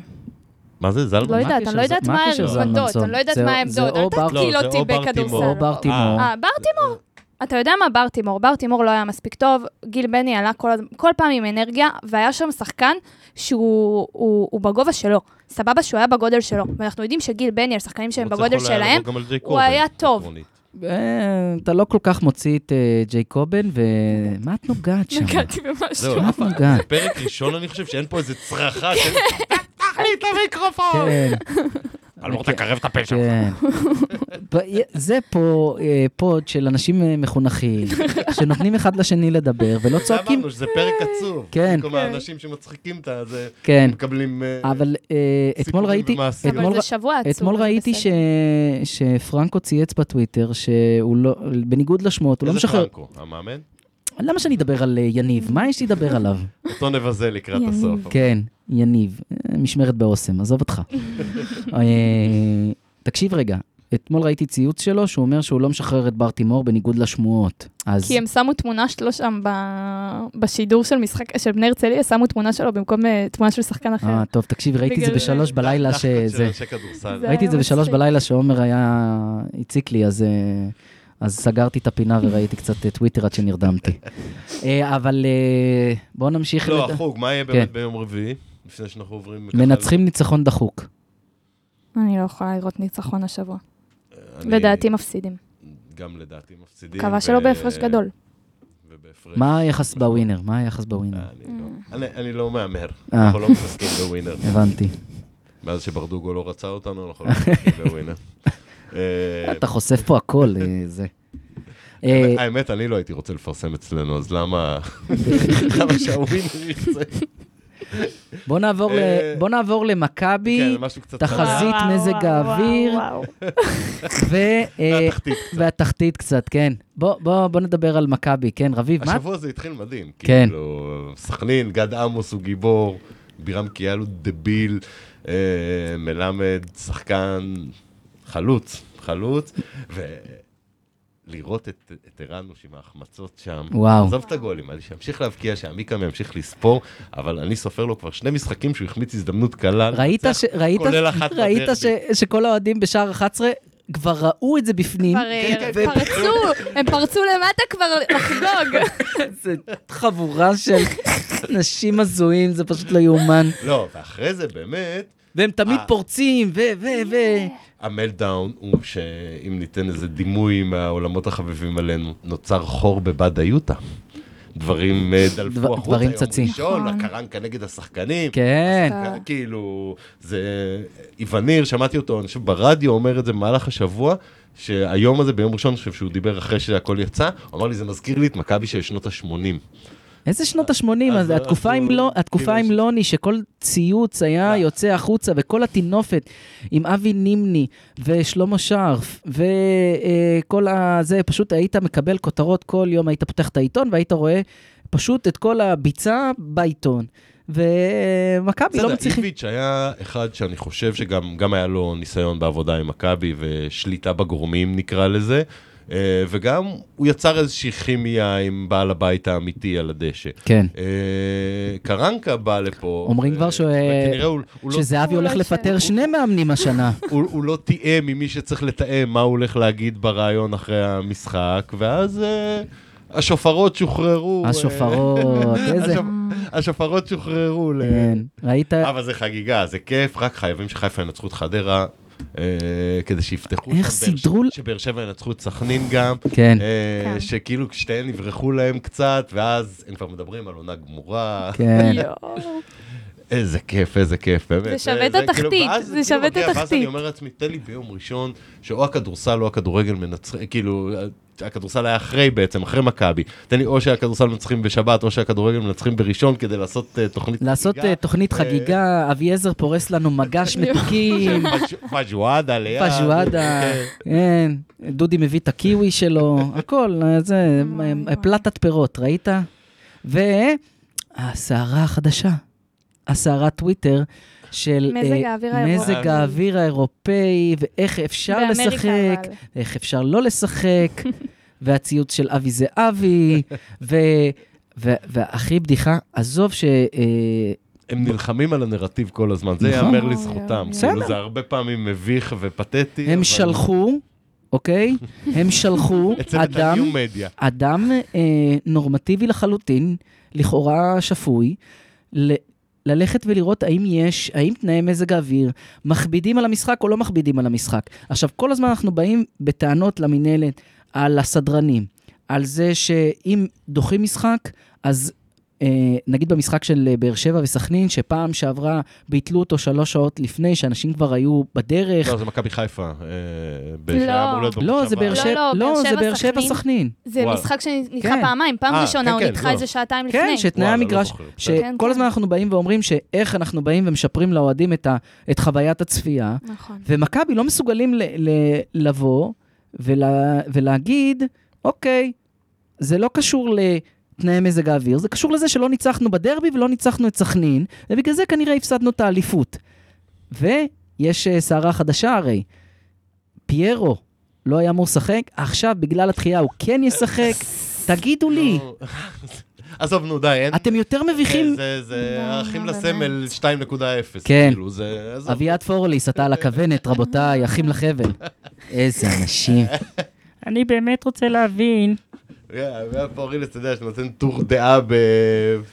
[SPEAKER 1] מה זה, זלמן?
[SPEAKER 3] לא יודעת,
[SPEAKER 2] הקשר
[SPEAKER 3] אני לא יודעת
[SPEAKER 2] זה-
[SPEAKER 3] מה
[SPEAKER 2] מה הקשר
[SPEAKER 3] העמדות,
[SPEAKER 2] זלמנסון?
[SPEAKER 3] אני לא יודעת
[SPEAKER 2] זה-
[SPEAKER 3] מה
[SPEAKER 2] זה
[SPEAKER 3] העמדות, אל
[SPEAKER 2] או בר-
[SPEAKER 1] לא,
[SPEAKER 3] תתקיל
[SPEAKER 1] זה
[SPEAKER 3] אותי
[SPEAKER 1] או בר
[SPEAKER 3] בכדורסל.
[SPEAKER 1] טימור.
[SPEAKER 2] או בר טימור.
[SPEAKER 3] אה, בר טימור. אתה יודע מה, בר טימור. בר טימור לא היה מספיק טוב, גיל בני עלה כל, הז- כל פעם עם אנרגיה, והיה שם שחקן שהוא הוא, הוא בגובה שלו. סבבה שהוא היה בגודל שלו. ואנחנו יודעים שגיל בני, על שחקנים שהם
[SPEAKER 1] הוא צריך
[SPEAKER 3] בגודל
[SPEAKER 1] אולי לעבור
[SPEAKER 3] שלהם,
[SPEAKER 1] גם על ג'יי
[SPEAKER 3] הוא
[SPEAKER 1] קורבין,
[SPEAKER 3] היה טוב.
[SPEAKER 1] עקרונית.
[SPEAKER 2] אה, אתה לא כל כך מוציא את אה, ג'יי קובן, ומה את נוגעת שם?
[SPEAKER 3] נגעתי במשהו.
[SPEAKER 1] זהו,
[SPEAKER 2] מה את
[SPEAKER 1] אף-
[SPEAKER 2] נוגעת?
[SPEAKER 1] פרק ראשון אני חושב שאין פה איזה צרחה של... פתח לי את המיקרופון!
[SPEAKER 2] כן,
[SPEAKER 1] אלמוג, תקרב את הפה שלך.
[SPEAKER 2] כן. ב- זה פה אה, פוד של אנשים אה, מחונכים, שנותנים אחד לשני לדבר ולא צועקים.
[SPEAKER 1] אמרנו שזה פרק עצוב.
[SPEAKER 2] כן.
[SPEAKER 1] כל האנשים שמצחיקים את הזה,
[SPEAKER 2] כן,
[SPEAKER 1] מקבלים... אה,
[SPEAKER 2] אבל אה, אתמול
[SPEAKER 1] סיפורים
[SPEAKER 2] ראיתי,
[SPEAKER 1] ומעשים.
[SPEAKER 2] אתמול
[SPEAKER 3] אבל
[SPEAKER 2] ר-
[SPEAKER 3] זה שבוע עצוב.
[SPEAKER 2] אתמול
[SPEAKER 3] זה
[SPEAKER 2] ראיתי
[SPEAKER 3] בסדר.
[SPEAKER 2] ש- שפרנקו צייץ בטוויטר שהוא לא, בניגוד לשמועות, הוא לא
[SPEAKER 1] איזה
[SPEAKER 2] משחרר.
[SPEAKER 1] פרנקו, המאמן?
[SPEAKER 2] למה שאני אדבר על אה, יניב? מה יש לי לדבר עליו?
[SPEAKER 1] אותו נבזה לקראת
[SPEAKER 3] יניב.
[SPEAKER 1] הסוף.
[SPEAKER 2] כן, יניב, אה, משמרת באוסם, עזוב אותך. אה, תקשיב רגע, אתמול ראיתי ציוץ שלו שהוא אומר שהוא לא משחרר את בר תימור בניגוד לשמועות. אז
[SPEAKER 3] כי הם שמו תמונה שלו שם ב- בשידור של משחק, של בני הרצליה, שמו תקנה שלו במקום אה, תמונה של שחקן אחר.
[SPEAKER 2] אה, טוב, תקשיב, ראיתי את זה
[SPEAKER 3] בגלל-
[SPEAKER 2] בשלוש בלילה שזה...
[SPEAKER 1] אנשי כדורסל.
[SPEAKER 3] זה-
[SPEAKER 2] ראיתי את זה
[SPEAKER 3] היה
[SPEAKER 2] בשלוש
[SPEAKER 3] מצחיק.
[SPEAKER 2] בלילה שעומר היה... הציק לי, אז... אה, אז סגרתי את הפינה וראיתי קצת אה, טוויטר עד שנרדמתי. אה, אבל אה, בואו נמשיך.
[SPEAKER 1] לא,
[SPEAKER 2] לד-
[SPEAKER 1] החוג, מה יהיה באמת ביום רביעי? לפני שאנחנו עוברים... ככה
[SPEAKER 2] כן. מנצחים ניצחון דחוק.
[SPEAKER 3] אני לא יכולה לראות ניצחון השבוע.
[SPEAKER 1] ל- אני- אה,
[SPEAKER 3] לדעתי מפסידים.
[SPEAKER 1] גם לדעתי מפסידים.
[SPEAKER 3] קבע
[SPEAKER 1] ו-
[SPEAKER 3] שלו בהפרש גדול.
[SPEAKER 1] ובהפרש-
[SPEAKER 2] מה היחס בווינר? מה היחס בווינר?
[SPEAKER 1] לא, אה, אני לא- אני- אני לא מהמר.
[SPEAKER 2] אה.
[SPEAKER 1] אנחנו לא מתעסקים בווינר.
[SPEAKER 2] הבנתי.
[SPEAKER 1] מאז שברדוגו לא רצה אותנו, אנחנו לא מתעסקים בווינר. אה,
[SPEAKER 2] אתה חושף פה הכל, אה, זה. אה,
[SPEAKER 1] האמת, אני לא הייתי רוצה לפרסם אצלנו, אז למה למה שהווינר ירצה?
[SPEAKER 2] בוא נעבור ל-
[SPEAKER 1] אה,
[SPEAKER 2] בוא נעבור
[SPEAKER 1] כן,
[SPEAKER 2] למכבי,
[SPEAKER 1] משהו קצת
[SPEAKER 2] תחזית.
[SPEAKER 1] חלש.
[SPEAKER 2] חזית
[SPEAKER 3] וואו,
[SPEAKER 2] מזג
[SPEAKER 3] וואו,
[SPEAKER 2] האוויר.
[SPEAKER 3] וואו, וואו.
[SPEAKER 2] ו... אה,
[SPEAKER 1] התחתית קצת.
[SPEAKER 2] והתחתית קצת, כן. בוא- בוא בוא נדבר על מכבי, כן, רביב, מה?
[SPEAKER 1] השבוע זה התחיל מדהים.
[SPEAKER 2] כן.
[SPEAKER 1] כאילו, סכנין, גד עמוס הוא גיבור, בירם קיאל הוא דביל, אה, מלמד, שחקן, חלוץ, חלוץ, ולראות את את ערן עם ההחמצות שם.
[SPEAKER 2] וואו.
[SPEAKER 1] עזוב את הגולים, אני שימשיך להבקיע, שעמיקם ימשיך לספור, אבל אני סופר לו כבר שני משחקים שהוא החמיץ הזדמנות קלה.
[SPEAKER 2] ראית,
[SPEAKER 1] לנצח,
[SPEAKER 2] ש... ראית,
[SPEAKER 1] כולל אחת
[SPEAKER 2] ראית
[SPEAKER 1] בדרבי.
[SPEAKER 2] ש... שכל האוהדים בשער 11 כבר ראו את זה בפנים,
[SPEAKER 1] כן,
[SPEAKER 3] כבר, אה, פרצו, הם פרצו למטה כבר לחגוג.
[SPEAKER 2] זה חבורה של אנשים הזויים, זה פשוט לא יאומן.
[SPEAKER 1] לא, ואחרי זה באמת,
[SPEAKER 2] והם תמיד
[SPEAKER 1] אה.
[SPEAKER 2] פורצים, ו... ו... ו...
[SPEAKER 1] המלדאון הוא שאם ניתן איזה דימוי מהעולמות החביבים עלינו, נוצר חור בבד היוטה. דברים אה, דלפו
[SPEAKER 2] דבר-
[SPEAKER 1] החוצה,
[SPEAKER 2] דברים
[SPEAKER 1] יום
[SPEAKER 2] צצים.
[SPEAKER 1] ראשון,
[SPEAKER 3] נכון.
[SPEAKER 1] הקרנקה נגד השחקנים.
[SPEAKER 2] כן.
[SPEAKER 1] השחקן, כאילו, זה... איווניר, שמעתי אותו, אני חושב, ברדיו אומר את זה במהלך השבוע, שהיום הזה, ביום ראשון, אני חושב שהוא דיבר אחרי שהכל יצא, הוא אמר לי, זה מזכיר לי את מכבי של שנות ה-80.
[SPEAKER 2] איזה שנות ה-80,
[SPEAKER 1] אז
[SPEAKER 2] אז התקופה
[SPEAKER 1] אנחנו-
[SPEAKER 2] עם לא- התקופה
[SPEAKER 1] כאילו,
[SPEAKER 2] עם
[SPEAKER 1] יש-
[SPEAKER 2] לוני, שכל ציוץ היה
[SPEAKER 1] אה.
[SPEAKER 2] יוצא החוצה, וכל הטינופת עם אבי נימני ושלמה שרף, וכל הזה, פשוט היית מקבל כותרות כל יום, היית פותח את העיתון והיית רואה פשוט את כל הביצה בעיתון. ומכבי לא
[SPEAKER 1] בסדר,
[SPEAKER 2] מצליחים...
[SPEAKER 1] איביץ' היה אחד שאני חושב שגם גם היה לו ניסיון בעבודה עם מכבי ושליטה בגורמים נקרא לזה, אה, וגם הוא יצר איזושהי כימיה עם בעל הבית האמיתי על הדשא.
[SPEAKER 2] כן.
[SPEAKER 1] אה, קרנקה בא לפה.
[SPEAKER 2] אומרים
[SPEAKER 1] אה,
[SPEAKER 2] כבר שהוא-
[SPEAKER 1] וכנראה הוא- הוא לא-
[SPEAKER 2] שזהבי
[SPEAKER 3] הוא
[SPEAKER 2] הולך
[SPEAKER 3] לא
[SPEAKER 2] לפטר
[SPEAKER 3] יישאר.
[SPEAKER 2] שני מאמנים השנה.
[SPEAKER 1] הוא הוא לא תיאם עם מי שצריך לתאם מה הוא הולך להגיד בריאיון אחרי המשחק, ואז אה, השופרות שוחררו. אה,
[SPEAKER 2] השופרות, איזה...
[SPEAKER 1] השופ- השופרות שוחררו. ל-
[SPEAKER 2] כן. ראית?
[SPEAKER 1] אבל זה חגיגה, זה כיף, רק חייבים שחיפה ינצחו את חדרה, אה, כדי שיפתחו
[SPEAKER 2] איך
[SPEAKER 1] שם, באר-
[SPEAKER 2] סידרו ל-
[SPEAKER 1] שבאר שבע ינצחו את סכנין גם,
[SPEAKER 2] כן,
[SPEAKER 1] אה,
[SPEAKER 3] כן.
[SPEAKER 1] שכאילו שתיהן יברחו להם קצת, ואז הם כבר מדברים על עונה גמורה.
[SPEAKER 2] כן.
[SPEAKER 3] יואו.
[SPEAKER 1] איזה כיף, איזה כיף, באמת.
[SPEAKER 3] זה שווה את
[SPEAKER 1] כאילו,
[SPEAKER 3] התחתית,
[SPEAKER 1] ואז
[SPEAKER 3] זה
[SPEAKER 1] כאילו
[SPEAKER 3] שווה את
[SPEAKER 1] מגיע, ואז אני
[SPEAKER 3] התחתית.
[SPEAKER 1] אומר לעצמי, תן לי ביום ראשון, שאו הכדורסל או הכדורגל מנצחים, כאילו, הכדורסל היה אחרי בעצם, אחרי מכבי. תן לי או שהכדורסל מנצחים בשבת, או שהכדורגל מנצחים בראשון, כדי לעשות אה, תוכנית
[SPEAKER 2] לעשות אה, תוכנית
[SPEAKER 1] אה,
[SPEAKER 2] חגיגה, אביעזר פורס לנו מגש מתוקים,
[SPEAKER 1] פג'- פג'ואדה ליד.
[SPEAKER 2] פג'ואדה,
[SPEAKER 1] כן.
[SPEAKER 2] כן, דודי מביא את הקיווי שלו, הכל, אה, זה
[SPEAKER 3] וואי,
[SPEAKER 2] אה,
[SPEAKER 3] וואי.
[SPEAKER 2] פלטת פירות, ראית? והסערה החדשה, הסערת טוויטר של אה,
[SPEAKER 3] מזג האוויר האירופאי.
[SPEAKER 2] מזג האוויר האירופאי, ואיך אפשר
[SPEAKER 3] באמריקה,
[SPEAKER 2] לשחק,
[SPEAKER 3] אבל.
[SPEAKER 2] איך אפשר לא לשחק, והציוץ של אבי זהבי, ו... ו- והכי בדיחה, עזוב ש... אה,
[SPEAKER 1] הם נלחמים על הנרטיב כל הזמן, זה
[SPEAKER 2] נכון.
[SPEAKER 1] ייאמר
[SPEAKER 3] אוי,
[SPEAKER 1] לזכותם.
[SPEAKER 3] אוי,
[SPEAKER 1] כאילו,
[SPEAKER 2] אוי.
[SPEAKER 1] זה הרבה פעמים מביך ופתטי. אבל-
[SPEAKER 2] הם שלחו, אוקיי? הם שלחו
[SPEAKER 1] אצל
[SPEAKER 2] אדם,
[SPEAKER 1] נתניהו מדיה.
[SPEAKER 2] אדם אה, נורמטיבי לחלוטין, לכאורה שפוי, ל- ללכת ולראות האם יש, האם תנאי מזג האוויר מכבידים על המשחק או לא מכבידים על המשחק. עכשיו, כל הזמן אנחנו באים בטענות למינהלת על הסדרנים, על זה שאם דוחים משחק, אז... אה, נגיד במשחק של אה, באר שבע וסכנין, שפעם שעברה ביטלו אותו שלוש שעות לפני, שאנשים כבר היו בדרך.
[SPEAKER 1] לא, זה מכבי חיפה. אה, ב-
[SPEAKER 3] לא.
[SPEAKER 1] שהיה אמור להיות
[SPEAKER 2] לא,
[SPEAKER 1] במושב
[SPEAKER 2] זה באר
[SPEAKER 1] הבא.
[SPEAKER 3] לא,
[SPEAKER 2] שבע,
[SPEAKER 3] לא,
[SPEAKER 2] לא,
[SPEAKER 3] באר
[SPEAKER 2] זה
[SPEAKER 3] שבע,
[SPEAKER 2] באר שבע
[SPEAKER 3] סכנין.
[SPEAKER 2] סכנין.
[SPEAKER 3] זה
[SPEAKER 1] וואלה.
[SPEAKER 3] משחק שנדחה
[SPEAKER 2] כן.
[SPEAKER 3] פעמיים, פעם
[SPEAKER 1] אה,
[SPEAKER 3] ראשונה
[SPEAKER 1] כן,
[SPEAKER 3] הוא
[SPEAKER 1] כן,
[SPEAKER 3] נדחה
[SPEAKER 1] לא.
[SPEAKER 3] איזה שעתיים לפני.
[SPEAKER 2] כן, שתנאי
[SPEAKER 1] וואלה, לא
[SPEAKER 2] המגרש,
[SPEAKER 1] זוכר.
[SPEAKER 2] שכל
[SPEAKER 3] כן.
[SPEAKER 2] הזמן אנחנו באים ואומרים שאיך אנחנו באים ומשפרים לאוהדים את, ה, את חוויית הצפייה,
[SPEAKER 3] נכון.
[SPEAKER 2] ומכבי לא מסוגלים ל, ל, לבוא ולה, ולהגיד, אוקיי, זה לא קשור לתנאי מזג האוויר, זה קשור לזה שלא ניצחנו בדרבי ולא ניצחנו את סכנין, ובגלל זה כנראה הפסדנו את האליפות. ויש אה, סערה חדשה הרי, פיירו לא היה אמור לשחק, עכשיו בגלל התחייה הוא כן ישחק, תגידו לי.
[SPEAKER 1] נו. לא. עזוב, נו, די, אין. אה,
[SPEAKER 2] אתם יותר מביכים
[SPEAKER 1] זה- זה
[SPEAKER 3] לא,
[SPEAKER 1] ערכים
[SPEAKER 3] לא,
[SPEAKER 1] לסמל 2.0.
[SPEAKER 2] כן.
[SPEAKER 1] כאילו, זה... עזוב.
[SPEAKER 2] אביעד פורליס, אתה על הכוונת, רבותיי, אחים לחבל. איזה אנשים. אני באמת רוצה להבין.
[SPEAKER 1] אה, אביעד פורילס, אתה יודע, שנותן טור דעה ב...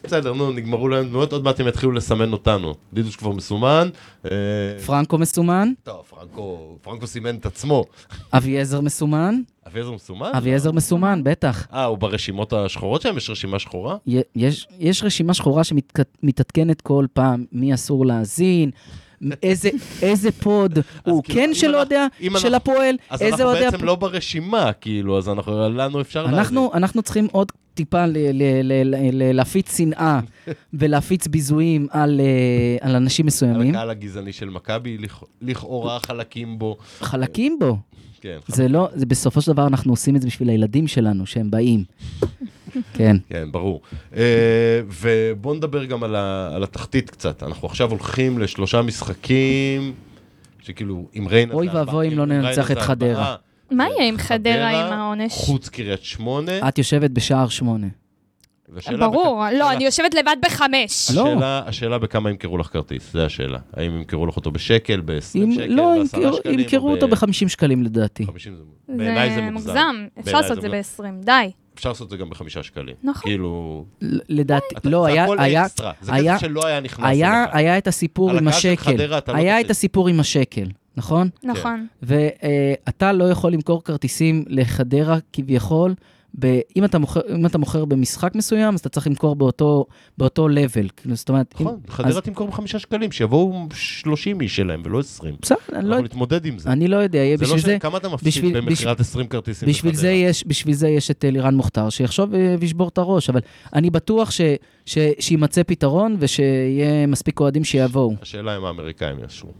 [SPEAKER 1] בסדר, נו, נגמרו להם תנועות, עוד מעט הם יתחילו לסמן אותנו. דידוש כבר מסומן. אה,
[SPEAKER 2] פרנקו מסומן,
[SPEAKER 1] טוב, פרנקו, פרנקו סימן את עצמו.
[SPEAKER 2] אביעזר מסומן,
[SPEAKER 1] אביעזר מסומן?
[SPEAKER 2] אביעזר מסומן, בטח.
[SPEAKER 1] אה, הוא ברשימות השחורות שלהם? יש רשימה שחורה?
[SPEAKER 2] י- יש- יש רשימה שחורה שמתעדכנת כל פעם מי אסור להאזין. איזה, איזה פוד, הוא
[SPEAKER 1] כאילו,
[SPEAKER 2] כן
[SPEAKER 1] אם
[SPEAKER 2] שלא
[SPEAKER 1] אנחנו-
[SPEAKER 2] יודע,
[SPEAKER 1] אם
[SPEAKER 2] של
[SPEAKER 1] אנחנו-
[SPEAKER 2] הפועל,
[SPEAKER 1] אז
[SPEAKER 2] איזה
[SPEAKER 1] אנחנו
[SPEAKER 2] אוהדי
[SPEAKER 1] בעצם
[SPEAKER 2] הפועל.
[SPEAKER 1] לא ברשימה, כאילו, אז אנחנו, לנו אפשר... להאזין.
[SPEAKER 2] אנחנו, אנחנו צריכים עוד טיפה ל- ל- ל- ל- ל- להפיץ שנאה ולהפיץ ביזויים על, אה, על אנשים
[SPEAKER 1] על
[SPEAKER 2] מסוימים,
[SPEAKER 1] הקהל הגזעני של מכבי, לכ- לכאורה חלקים בו.
[SPEAKER 2] חלקים בו.
[SPEAKER 1] כן,
[SPEAKER 2] זה לא, זה בסופו של דבר אנחנו עושים את זה בשביל הילדים שלנו, שהם באים. כן.
[SPEAKER 1] כן, ברור. Uh, ובואו נדבר גם על, ה, על התחתית קצת. אנחנו עכשיו הולכים לשלושה משחקים, שכאילו, עם ריינה...
[SPEAKER 2] אוי
[SPEAKER 1] זה ארבעה,
[SPEAKER 2] ואבוי אם
[SPEAKER 1] עם
[SPEAKER 2] לא ננצח
[SPEAKER 1] ריינה
[SPEAKER 2] את
[SPEAKER 1] זה
[SPEAKER 2] חדרה.
[SPEAKER 1] ארבעה,
[SPEAKER 3] מה
[SPEAKER 1] זה
[SPEAKER 3] יהיה עם חדרה עם העונש?
[SPEAKER 1] חוץ קריית שמונה.
[SPEAKER 2] את יושבת בשער שמונה.
[SPEAKER 1] והשאלה
[SPEAKER 3] ברור,
[SPEAKER 1] בכ-
[SPEAKER 3] לא,
[SPEAKER 1] השאלה-
[SPEAKER 3] אני יושבת לבד בחמש.
[SPEAKER 2] לא.
[SPEAKER 1] השאלה, השאלה בכמה ימכרו לך כרטיס, זו השאלה. האם ימכרו לך אותו בשקל, ב-20
[SPEAKER 2] אם-
[SPEAKER 1] שקל,
[SPEAKER 2] לא,
[SPEAKER 1] ב-10
[SPEAKER 2] ימכרו-
[SPEAKER 1] שקלים? אוקיי.
[SPEAKER 2] ימכרו אותו ב-50 שקלים לדעתי.
[SPEAKER 1] ב-50 זה... בעיניי
[SPEAKER 3] זה מוגזם, אפשר
[SPEAKER 1] בעיניי
[SPEAKER 3] לעשות את זה
[SPEAKER 1] מוגזם.
[SPEAKER 3] ב-20, די.
[SPEAKER 1] אפשר לעשות את זה גם בחמישה שקלים.
[SPEAKER 3] נכון.
[SPEAKER 1] כאילו...
[SPEAKER 2] ל- לדעתי,
[SPEAKER 1] אתה-
[SPEAKER 2] לא,
[SPEAKER 1] זה
[SPEAKER 2] היה,
[SPEAKER 1] הכל
[SPEAKER 2] היה,
[SPEAKER 1] אקסטרה. זה
[SPEAKER 2] היה-
[SPEAKER 1] כסף שלא היה נכנס
[SPEAKER 2] היה,
[SPEAKER 1] אליך.
[SPEAKER 2] היה את הסיפור
[SPEAKER 1] על
[SPEAKER 2] עם
[SPEAKER 1] הקהל של
[SPEAKER 2] השקל.
[SPEAKER 1] חדרה אתה לא
[SPEAKER 2] היה
[SPEAKER 1] תוסיף.
[SPEAKER 2] את הסיפור עם השקל, נכון?
[SPEAKER 1] כן.
[SPEAKER 3] נכון.
[SPEAKER 2] ואתה לא יכול למכור כרטיסים לחדרה כביכול. ב- אם, אתה מוכר, אם אתה מוכר במשחק מסוים, אז אתה צריך למכור באותו, באותו level. כאילו, זאת אומרת, אם-
[SPEAKER 1] נכון, חדרה
[SPEAKER 2] אז-
[SPEAKER 1] תמכור בחמישה שקלים, שיבואו 30 איש שלהם ולא 20.
[SPEAKER 2] בסדר, אני לא,
[SPEAKER 1] אנחנו נתמודד עם זה.
[SPEAKER 2] אני לא יודע, יהיה
[SPEAKER 1] זה לא
[SPEAKER 2] בשביל זה,
[SPEAKER 1] ש... כמה אתה מפסיד
[SPEAKER 2] בשביל-
[SPEAKER 1] במכירת 20 כרטיסים
[SPEAKER 2] בשביל זה, יש, בשביל זה יש את אלירן מוכתר, שיחשוב אה, וישבור את הראש, אבל אני בטוח ש, ש, שימצא פתרון ושיהיה מספיק אוהדים שיבואו.
[SPEAKER 1] השאלה אם האמריקאים יאשרו.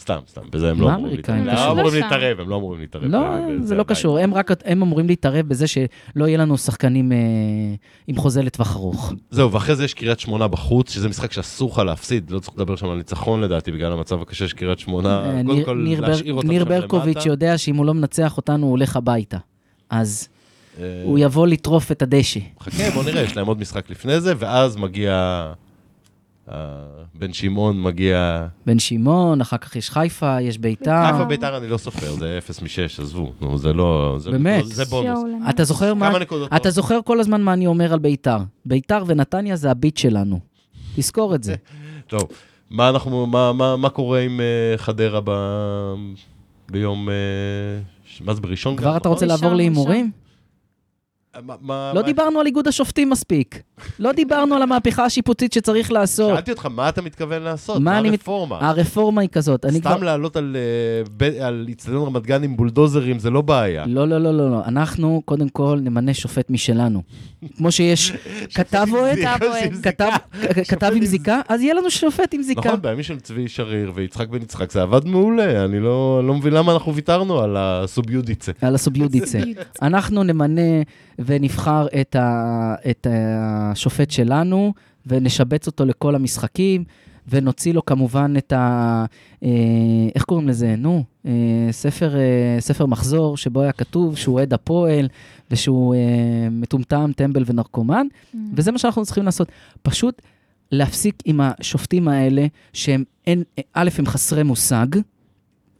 [SPEAKER 1] סתם, סתם, בזה הם
[SPEAKER 2] מה
[SPEAKER 1] לא אמורים
[SPEAKER 2] האמריקאים?
[SPEAKER 1] להתערב.
[SPEAKER 3] קשור?
[SPEAKER 1] הם לא אמורים
[SPEAKER 3] לא שם.
[SPEAKER 1] להתערב, הם לא אמורים להתערב.
[SPEAKER 2] לא,
[SPEAKER 1] ב-
[SPEAKER 2] זה
[SPEAKER 1] בזה
[SPEAKER 2] לא
[SPEAKER 1] עדיין.
[SPEAKER 2] קשור, הם רק, הם אמורים להתערב בזה שלא יהיה לנו שחקנים אה, עם חוזה לטווח ארוך.
[SPEAKER 1] זהו, ואחרי זה יש קריית שמונה בחוץ, שזה משחק שאסור לך להפסיד, לא צריך לדבר שם על ניצחון לדעתי, בגלל המצב הקשה של קריית שמונה.
[SPEAKER 2] אה,
[SPEAKER 1] קודם
[SPEAKER 2] ניר-
[SPEAKER 1] כל,
[SPEAKER 2] ניר בר-
[SPEAKER 1] להשאיר אותם שם
[SPEAKER 2] ניר
[SPEAKER 1] למטה.
[SPEAKER 2] ברקוביץ' יודע שאם הוא לא מנצח אותנו, הוא הולך הביתה. אז
[SPEAKER 1] אה,
[SPEAKER 2] הוא יבוא לטרוף את הדשא.
[SPEAKER 1] חכה, בוא נראה, יש להם עוד משחק לפני זה, ואז מגיע... אה, בן שמעון מגיע...
[SPEAKER 2] בן שמעון, אחר כך יש חיפה, יש ביתר.
[SPEAKER 1] חיפה ביתר אני לא סופר, זה 0 מ-6, עזבו. נו, זה לא... זה-
[SPEAKER 2] באמת?
[SPEAKER 1] זה בונוס.
[SPEAKER 3] יואו, למה?
[SPEAKER 2] אתה זוכר מה...
[SPEAKER 1] כמה נקודות?
[SPEAKER 2] אתה זוכר כל הזמן מה אני אומר על ביתר. ביתר ונתניה זה הביט שלנו. תזכור את זה.
[SPEAKER 1] כן. טוב, מה אנחנו, מה, מה, מה קורה עם אה, חדרה ב, ביום, אה, ש- מה זה בראשון?
[SPEAKER 2] כבר
[SPEAKER 1] גם,
[SPEAKER 2] אתה רוצה
[SPEAKER 1] נכון?
[SPEAKER 2] לעבור
[SPEAKER 3] ראשון,
[SPEAKER 2] להימורים?
[SPEAKER 1] מה, מה,
[SPEAKER 2] לא
[SPEAKER 1] מה-
[SPEAKER 2] דיברנו על איגוד השופטים מספיק. לא דיברנו על המהפכה השיפוטית שצריך לעשות.
[SPEAKER 1] שאלתי אותך, מה אתה מתכוון לעשות?
[SPEAKER 2] מה
[SPEAKER 1] מה
[SPEAKER 2] אני מת-
[SPEAKER 1] הרפורמה?
[SPEAKER 2] הרפורמה היא כזאת. אני כבר...
[SPEAKER 1] סתם לעלות על, אה, ב- על אצטדיון רמת גן עם בולדוזרים זה לא בעיה.
[SPEAKER 2] לא, לא, לא, לא, לא. אנחנו, קודם כל, נמנה שופט משלנו. כמו שיש כתב אוהד,
[SPEAKER 1] זיקה,
[SPEAKER 3] כתב אוהד.
[SPEAKER 1] זיקה.
[SPEAKER 2] כתב- כתב עם
[SPEAKER 1] עם
[SPEAKER 2] זיקה, אז יהיה לנו שופט עם זיקה.
[SPEAKER 1] נכון, בימים של צבי שריר ויצחק בן יצחק זה עבד מעולה, אני לא לא מבין למה אנחנו ויתרנו על הסוביודיצה.
[SPEAKER 2] על הסוביודיצה. אנחנו נמנה ונבחר את, ה, את השופט שלנו, ונשבץ אותו לכל המשחקים, ונוציא לו כמובן את ה... אה, איך קוראים לזה? נו, אה, ספר, אה, ספר מחזור, שבו היה כתוב שהוא אוהד הפועל, ושהוא אה, מטומטם, טמבל ונרקומן, וזה מה שאנחנו צריכים לעשות. פשוט להפסיק עם השופטים האלה, שהם, אין, א', הם חסרי מושג,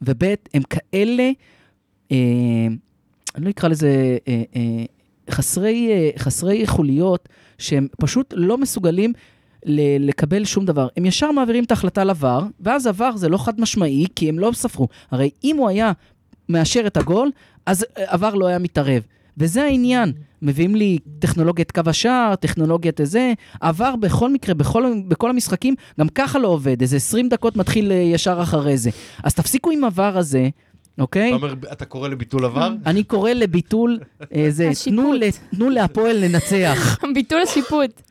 [SPEAKER 2] וב', הם כאלה, אה, אני לא אקרא לזה, אה, אה, חסרי, אה, חסרי חוליות, שהם פשוט לא מסוגלים ל- לקבל שום דבר. הם ישר מעבירים את ההחלטה לVAR, ואז הVAR זה לא חד משמעי, כי הם לא ספרו. הרי אם הוא היה מאשר את הגול, אז עבר לא היה מתערב. וזה העניין. מביאים לי טכנולוגיית קו השער, טכנולוגיית איזה, עבר בכל מקרה, בכל, בכל המשחקים, גם ככה לא עובד, איזה 20 דקות מתחיל אה, ישר אחרי זה. אז תפסיקו עם עבר הזה, אוקיי?
[SPEAKER 1] אתה אומר, אתה קורא לביטול עבר?
[SPEAKER 2] אני קורא לביטול, אה, זה,
[SPEAKER 3] השיפוט.
[SPEAKER 2] תנו, ל- תנו להפועל לנצח.
[SPEAKER 3] ביטול השיפוט.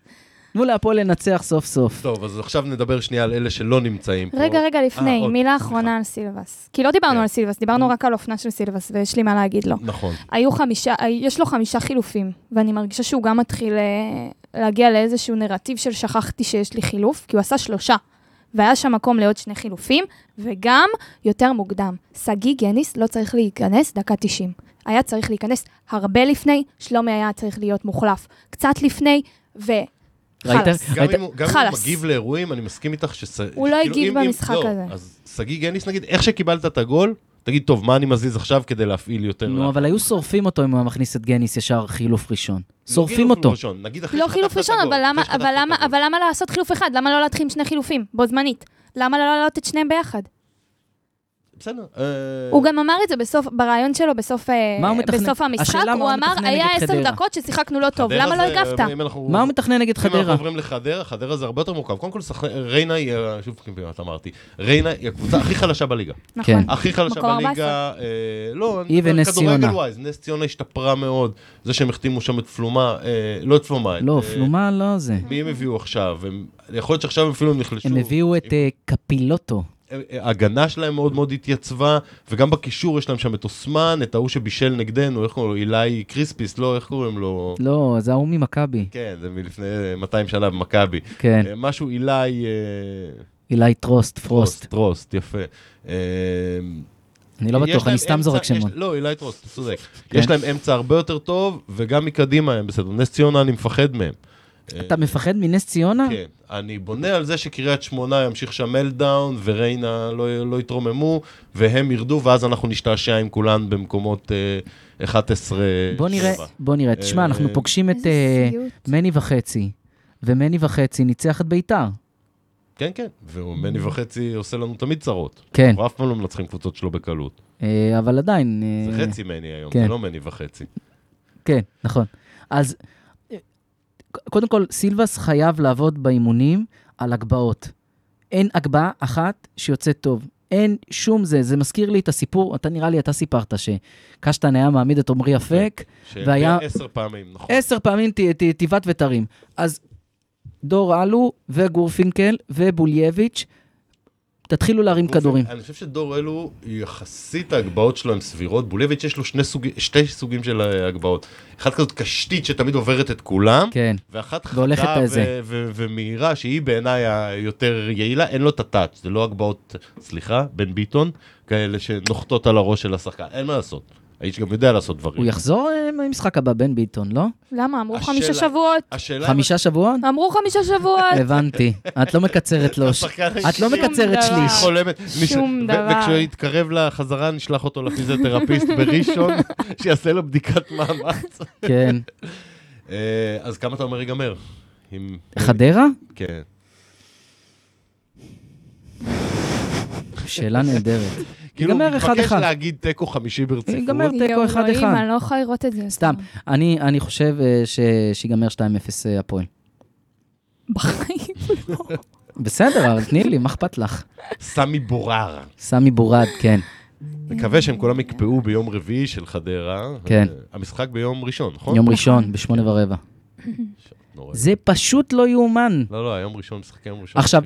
[SPEAKER 2] תנו להפועל לנצח סוף סוף.
[SPEAKER 1] טוב, אז עכשיו נדבר שנייה על אלה שלא נמצאים פה.
[SPEAKER 3] רגע, רגע, לפני,
[SPEAKER 1] אה, עוד,
[SPEAKER 3] מילה
[SPEAKER 1] סליחה.
[SPEAKER 3] אחרונה על סילבס. כי לא דיברנו
[SPEAKER 1] כן.
[SPEAKER 3] על סילבס, דיברנו רק על אופנה של סילבס, ויש לי מה להגיד לו.
[SPEAKER 1] נכון.
[SPEAKER 3] היו חמישה, יש לו חמישה חילופים, ואני מרגישה שהוא גם מתחיל אה, להגיע לאיזשהו נרטיב של שכחתי שיש לי חילוף, כי הוא עשה שלושה. והיה שם מקום לעוד שני חילופים, וגם יותר מוקדם. שגיג יניס לא צריך להיכנס דקה 90. היה צריך להיכנס הרבה לפני, שלומי היה צריך להיות מוחלף. קצת לפני, ו...
[SPEAKER 2] ראית?
[SPEAKER 3] חלאס.
[SPEAKER 1] גם
[SPEAKER 2] ראית-
[SPEAKER 1] אם הוא- גם אם הוא
[SPEAKER 3] חלאס.
[SPEAKER 1] מגיב לאירועים, אני מסכים איתך שס...
[SPEAKER 3] הוא לא
[SPEAKER 1] כאילו,
[SPEAKER 3] הגיב
[SPEAKER 1] אם- אם-
[SPEAKER 3] במשחק
[SPEAKER 1] לא,
[SPEAKER 3] הזה.
[SPEAKER 1] אז שגיא גניס נגיד, איך שקיבלת את הגול, תגיד, טוב, מה אני מזיז עכשיו כדי להפעיל יותר? לה-"
[SPEAKER 2] נו, אבל היו שורפים אותו אם הוא היה מכניס את גניס ישר חילוף ראשון. שורפים
[SPEAKER 1] חילוף
[SPEAKER 2] אותו.
[SPEAKER 1] ראשון, נגיד אחרי
[SPEAKER 3] לא
[SPEAKER 1] שחטפת
[SPEAKER 3] חילוף
[SPEAKER 1] את
[SPEAKER 3] ראשון,
[SPEAKER 1] הגול,
[SPEAKER 3] אבל למה-
[SPEAKER 1] אחרי
[SPEAKER 3] אבל
[SPEAKER 1] שחטפת
[SPEAKER 3] למה-
[SPEAKER 1] את הגול.
[SPEAKER 3] אבל למה
[SPEAKER 2] אה.
[SPEAKER 3] לעשות חילוף אחד? למה לא להתחיל עם שני חילופים? בו זמנית. למה לא להעלות את שניהם ביחד?
[SPEAKER 1] בסדר. אה,
[SPEAKER 3] הוא גם אמר את זה בסוף, ברעיון שלו בסוף, אה,
[SPEAKER 2] מה הוא מתכנן?
[SPEAKER 3] בסוף המשחק,
[SPEAKER 2] השאלה מה
[SPEAKER 3] הוא
[SPEAKER 2] הוא
[SPEAKER 3] אמר,
[SPEAKER 2] מתכנן
[SPEAKER 3] היה
[SPEAKER 2] נגד
[SPEAKER 3] עשר
[SPEAKER 2] חדרה." אה,
[SPEAKER 3] דקות ששיחקנו לא טוב,
[SPEAKER 1] חדרה
[SPEAKER 3] למה לא
[SPEAKER 1] זה-
[SPEAKER 3] הגבת?
[SPEAKER 1] אם אנחנו-
[SPEAKER 2] מה הוא מתכנן נגד
[SPEAKER 1] אם אנחנו
[SPEAKER 2] חדרה?
[SPEAKER 1] עוברים לחדרה, חדרה זה הרבה יותר מורכב. קודם כל, שח- ריינה היא, ה- שוב כמעט אמרתי, ריינה היא הקבוצה הכי חלשה בליגה.
[SPEAKER 2] כן.
[SPEAKER 3] נכון.
[SPEAKER 1] הכי חלשה
[SPEAKER 3] מקום
[SPEAKER 1] בליגה, אה, לא, אני
[SPEAKER 2] היא
[SPEAKER 1] מדבר על
[SPEAKER 2] ונס
[SPEAKER 1] כדורגל
[SPEAKER 2] ציונה.
[SPEAKER 1] ווייז, נס ציונה השתפרה מאוד, זה שהם החתימו שם את פלומה, אה, לא את פלומה, את,
[SPEAKER 2] לא,
[SPEAKER 1] אה,
[SPEAKER 2] פלומה לא זה.
[SPEAKER 1] מי הם הביאו עכשיו? הם- יכול להיות שעכשיו הם אפילו נחלשו.
[SPEAKER 2] הם הביאו את אה, קפילוטו.
[SPEAKER 1] ההגנה שלהם מאוד מאוד התייצבה, וגם בקישור יש להם שם את אוסמן, את ההוא שבישל נגדנו, איך קוראים לו? אילי קריספיס, לא, איך קוראים לו?
[SPEAKER 2] לא, זה ההוא ממכבי.
[SPEAKER 1] כן, זה מלפני אה, 200 שנה במכבי.
[SPEAKER 2] כן,
[SPEAKER 1] אה, משהו אילי... אה,
[SPEAKER 2] אילי טרוסט, פרוסט.
[SPEAKER 1] טרוסט, יפה. אה,
[SPEAKER 2] אני לא
[SPEAKER 1] יש
[SPEAKER 2] בטוח,
[SPEAKER 1] להם
[SPEAKER 2] אני סתם
[SPEAKER 1] אמצע-
[SPEAKER 2] זורק
[SPEAKER 1] יש-
[SPEAKER 2] שמות.
[SPEAKER 1] לא, אילי טרוסט, אתה צודק.
[SPEAKER 2] כן.
[SPEAKER 1] יש להם אמצע הרבה יותר טוב, וגם מקדימה הם בסדר. נס ציונה, אני מפחד מהם. אה,
[SPEAKER 2] אתה מפחד מנס ציונה?
[SPEAKER 1] כן, אני בונה על זה שקריית שמונה ימשיך שם מלדאון וריינה לא, לא יתרוממו והם ירדו ואז אנחנו נשתעשע עם כולן במקומות אה, 11.
[SPEAKER 2] בוא נראה,
[SPEAKER 1] שבע.
[SPEAKER 2] בוא נראה. תשמע,
[SPEAKER 1] אה,
[SPEAKER 2] אנחנו פוגשים את אה, מני וחצי, ומני וחצי ניצח את ביתר.
[SPEAKER 1] כן, כן, והוא מני וחצי עושה לנו תמיד צרות.
[SPEAKER 2] כן,
[SPEAKER 1] אנחנו אף פעם לא מנצחים קבוצות שלו בקלות.
[SPEAKER 2] אה, אבל עדיין...
[SPEAKER 1] זה
[SPEAKER 2] אה,
[SPEAKER 1] חצי מני היום,
[SPEAKER 2] כן.
[SPEAKER 1] זה לא מני וחצי.
[SPEAKER 2] כן, נכון. אז אה, קודם כל, סילבס חייב לעבוד באימונים על הגבהות. אין הגבהה אחת שיוצאת טוב. אין שום זה, זה מזכיר לי את הסיפור, אתה נראה לי, אתה סיפרת שקשטן היה מעמיד את עמרי אפק,
[SPEAKER 1] כן. שהיה...
[SPEAKER 2] והיה-
[SPEAKER 1] עשר פעמים, נכון.
[SPEAKER 2] עשר פעמים ת- ת- תיבת ותרים. אז דור אלו וגורפינקל ובולייביץ', תתחילו להרים כדורים.
[SPEAKER 1] אני חושב שדור אלו, יחסית ההגבהות שלו הן סבירות. בולביץ' יש לו שני סוגי, שתי סוגים של אה, הגבהות. אחת כזאת קשתית שתמיד עוברת את כולם,
[SPEAKER 2] כן,
[SPEAKER 1] ואחת
[SPEAKER 2] והולכת
[SPEAKER 1] חדה
[SPEAKER 2] לזה.
[SPEAKER 1] ו- ו- ומהירה, שהיא בעיניי היותר יעילה, אין לו את הטאץ', זה לא הגבהות, סליחה, בן ביטון, כאלה שנוחתות על הראש של השחקן, אין מה לעשות. האיש גם יודע לעשות דברים.
[SPEAKER 2] הוא יחזור אה, במשחק הבא, בן ביטון, לא?
[SPEAKER 3] למה? אמרו
[SPEAKER 1] השאלה-
[SPEAKER 3] חמישה שבועות.
[SPEAKER 1] השאלה אם
[SPEAKER 2] חמישה שבועות?
[SPEAKER 3] אמרו חמישה שבועות.
[SPEAKER 2] הבנתי. את לא מקצרת לו.
[SPEAKER 1] השחקן
[SPEAKER 2] את לא
[SPEAKER 1] שום
[SPEAKER 2] מקצרת
[SPEAKER 3] דבר.
[SPEAKER 2] שליש.
[SPEAKER 1] היא חולמת,
[SPEAKER 3] שום
[SPEAKER 1] נש- ו-
[SPEAKER 3] דבר.
[SPEAKER 1] וכשהוא יתקרב לחזרה נשלח אותו לפיזיותרפיסט בראשון, שיעשה לו בדיקת מאמץ.
[SPEAKER 2] כן.
[SPEAKER 1] אה, אז כמה אתה אומר ייגמר? אם-
[SPEAKER 2] חדרה?
[SPEAKER 1] כן.
[SPEAKER 2] שאלה נהדרת.
[SPEAKER 1] כאילו הוא
[SPEAKER 2] ייגמר
[SPEAKER 1] מתבקש
[SPEAKER 2] 1-1.
[SPEAKER 1] להגיד תיקו חמישי ברציפות.
[SPEAKER 2] ייגמר תיקו
[SPEAKER 3] יואו,
[SPEAKER 2] אחד
[SPEAKER 3] אלוהים,
[SPEAKER 2] אחד.
[SPEAKER 3] אני לא יכולה לראות את זה. יותר.
[SPEAKER 2] סתם, אני, אני חושב אה, ש- שיגמר 2-0 אה, הפועל.
[SPEAKER 3] בחיים. לא.
[SPEAKER 2] בסדר, אבל תני לי, מה אכפת לך?
[SPEAKER 1] סמי בורר.
[SPEAKER 2] סמי בורד, כן.
[SPEAKER 1] מקווה שהם כולם יקפאו ביום רביעי של חדרה.
[SPEAKER 2] כן.
[SPEAKER 1] אה, המשחק ביום ראשון, נכון?
[SPEAKER 2] יום ראשון, בשמונה ורבע.
[SPEAKER 1] נורא.
[SPEAKER 2] זה פשוט לא יאומן.
[SPEAKER 1] לא, לא, היום ראשון, משחק יום ראשון.
[SPEAKER 2] עכשיו,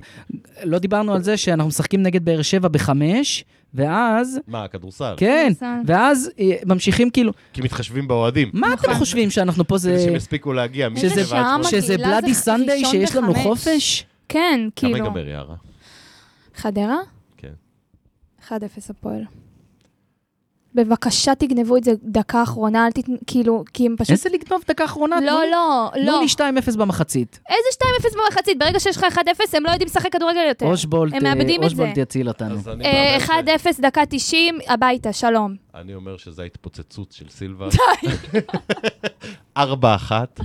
[SPEAKER 2] לא דיברנו על זה שאנחנו משחקים נגד באר שבע בחמש, ואז,
[SPEAKER 1] מה, הכדורסל?
[SPEAKER 2] כן,
[SPEAKER 3] כדורסל.
[SPEAKER 2] ואז אה, ממשיכים כאילו,
[SPEAKER 1] כי מתחשבים באוהדים.
[SPEAKER 2] מה אתם חושבים שאנחנו פה זה...
[SPEAKER 1] כדי שהם יספיקו להגיע.
[SPEAKER 3] איזה
[SPEAKER 1] משבע
[SPEAKER 2] שזה
[SPEAKER 1] עד
[SPEAKER 3] שעה
[SPEAKER 1] שמונה.
[SPEAKER 3] מגעילה
[SPEAKER 2] שזה
[SPEAKER 3] נכון. זה
[SPEAKER 2] בלאדי סנדיי
[SPEAKER 3] ראשון
[SPEAKER 2] שיש לנו
[SPEAKER 3] בחמש.
[SPEAKER 2] חופש?
[SPEAKER 3] כן,
[SPEAKER 1] כמה
[SPEAKER 3] כאילו.
[SPEAKER 1] ייגמר, יערה?
[SPEAKER 3] חדרה?
[SPEAKER 1] כן.
[SPEAKER 3] 1-0 הפועל. בבקשה תגנבו את זה דקה אחרונה, אל תתן... כאילו, כי הם פשוט...
[SPEAKER 2] איזה לגנוב דקה אחרונה?
[SPEAKER 3] לא, לא, לא.
[SPEAKER 2] תנו לי 2-0 במחצית.
[SPEAKER 3] איזה 2-0 במחצית? ברגע שיש לך 1-0, הם לא יודעים לשחק כדורגל יותר.
[SPEAKER 2] אושבולט,
[SPEAKER 3] הם מאבדים
[SPEAKER 2] אה,
[SPEAKER 3] את זה.
[SPEAKER 2] אושבולט יציל אותנו.
[SPEAKER 1] אז אני לא
[SPEAKER 3] אה,
[SPEAKER 1] מהמר ש-
[SPEAKER 3] 1-0, דקה 90, הביתה, שלום.
[SPEAKER 1] אני אומר שזו ההתפוצצות של סילבה. ארבע אחת.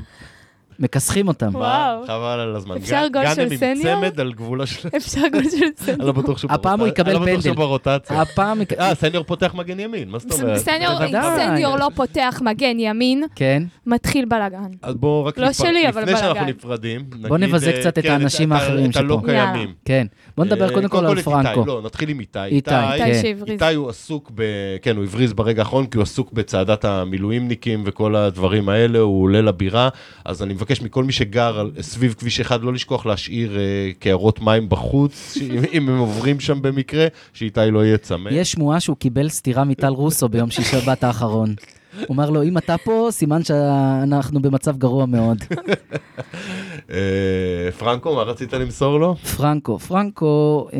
[SPEAKER 2] מכסחים אותם.
[SPEAKER 1] אה,
[SPEAKER 3] וואו.
[SPEAKER 1] חבל על הזמן.
[SPEAKER 3] אפשר
[SPEAKER 1] גן-
[SPEAKER 3] גול של
[SPEAKER 1] גאנם
[SPEAKER 3] סניור?
[SPEAKER 1] עם צמד על גבולה של...
[SPEAKER 3] אפשר גול של זה.
[SPEAKER 1] אני לא בטוח שהוא
[SPEAKER 2] הפעם
[SPEAKER 1] ברוטציה.
[SPEAKER 2] הוא יקבל
[SPEAKER 1] אני לא בטוח
[SPEAKER 2] פנדל.
[SPEAKER 1] שהוא ברוטציה.
[SPEAKER 2] הפעם...
[SPEAKER 1] אה, סניור פותח מגן ימין, מה זאת אומרת?
[SPEAKER 3] סניור
[SPEAKER 2] בוודאי.
[SPEAKER 3] סניור לא פותח מגן ימין,
[SPEAKER 2] כן.
[SPEAKER 3] מתחיל בלאגן.
[SPEAKER 1] אז בואו רק...
[SPEAKER 3] לא
[SPEAKER 1] נפרד-
[SPEAKER 3] שלי, אבל
[SPEAKER 1] לפני שאנחנו
[SPEAKER 3] בלאגן.
[SPEAKER 1] נפרדים, נגיד...
[SPEAKER 2] בוא נבזה
[SPEAKER 1] אה,
[SPEAKER 2] קצת את
[SPEAKER 1] כן,
[SPEAKER 2] האנשים
[SPEAKER 1] ה-
[SPEAKER 2] האחרים
[SPEAKER 1] את הלא
[SPEAKER 2] שפה.
[SPEAKER 3] יאללה.
[SPEAKER 1] קיימים.
[SPEAKER 2] כן. בוא נדבר
[SPEAKER 1] אה,
[SPEAKER 2] קודם כל על
[SPEAKER 1] את
[SPEAKER 2] פרנקו.
[SPEAKER 1] איתי, לא, נתחיל עם איתי.
[SPEAKER 2] איתי, כן.
[SPEAKER 3] איתי שהבריז.
[SPEAKER 1] איתי הוא עסוק ב... כן, הוא הבריז ברגע האחרון, כי הוא עסוק בצעדת המילואימניקים וכל הדברים האלה, הוא עולה לבירה, אז אני מבקש מכל מי שגר על... סביב כביש אחד, לא לשכוח להשאיר אה, קערות מים בחוץ, ש- אם- אם הם עוברים שם במקרה, שאיתי לא יהיה צמא.
[SPEAKER 2] יש שמועה שהוא קיבל סטירה מטל רוסו ביום שישי שבת האחרון. הוא אומר לו, אם אתה פה, סימן שאנחנו במצב גרוע מאוד.
[SPEAKER 1] אה, פרנקו, מה רצית למסור לו?
[SPEAKER 2] פרנקו, פרנקו, אה,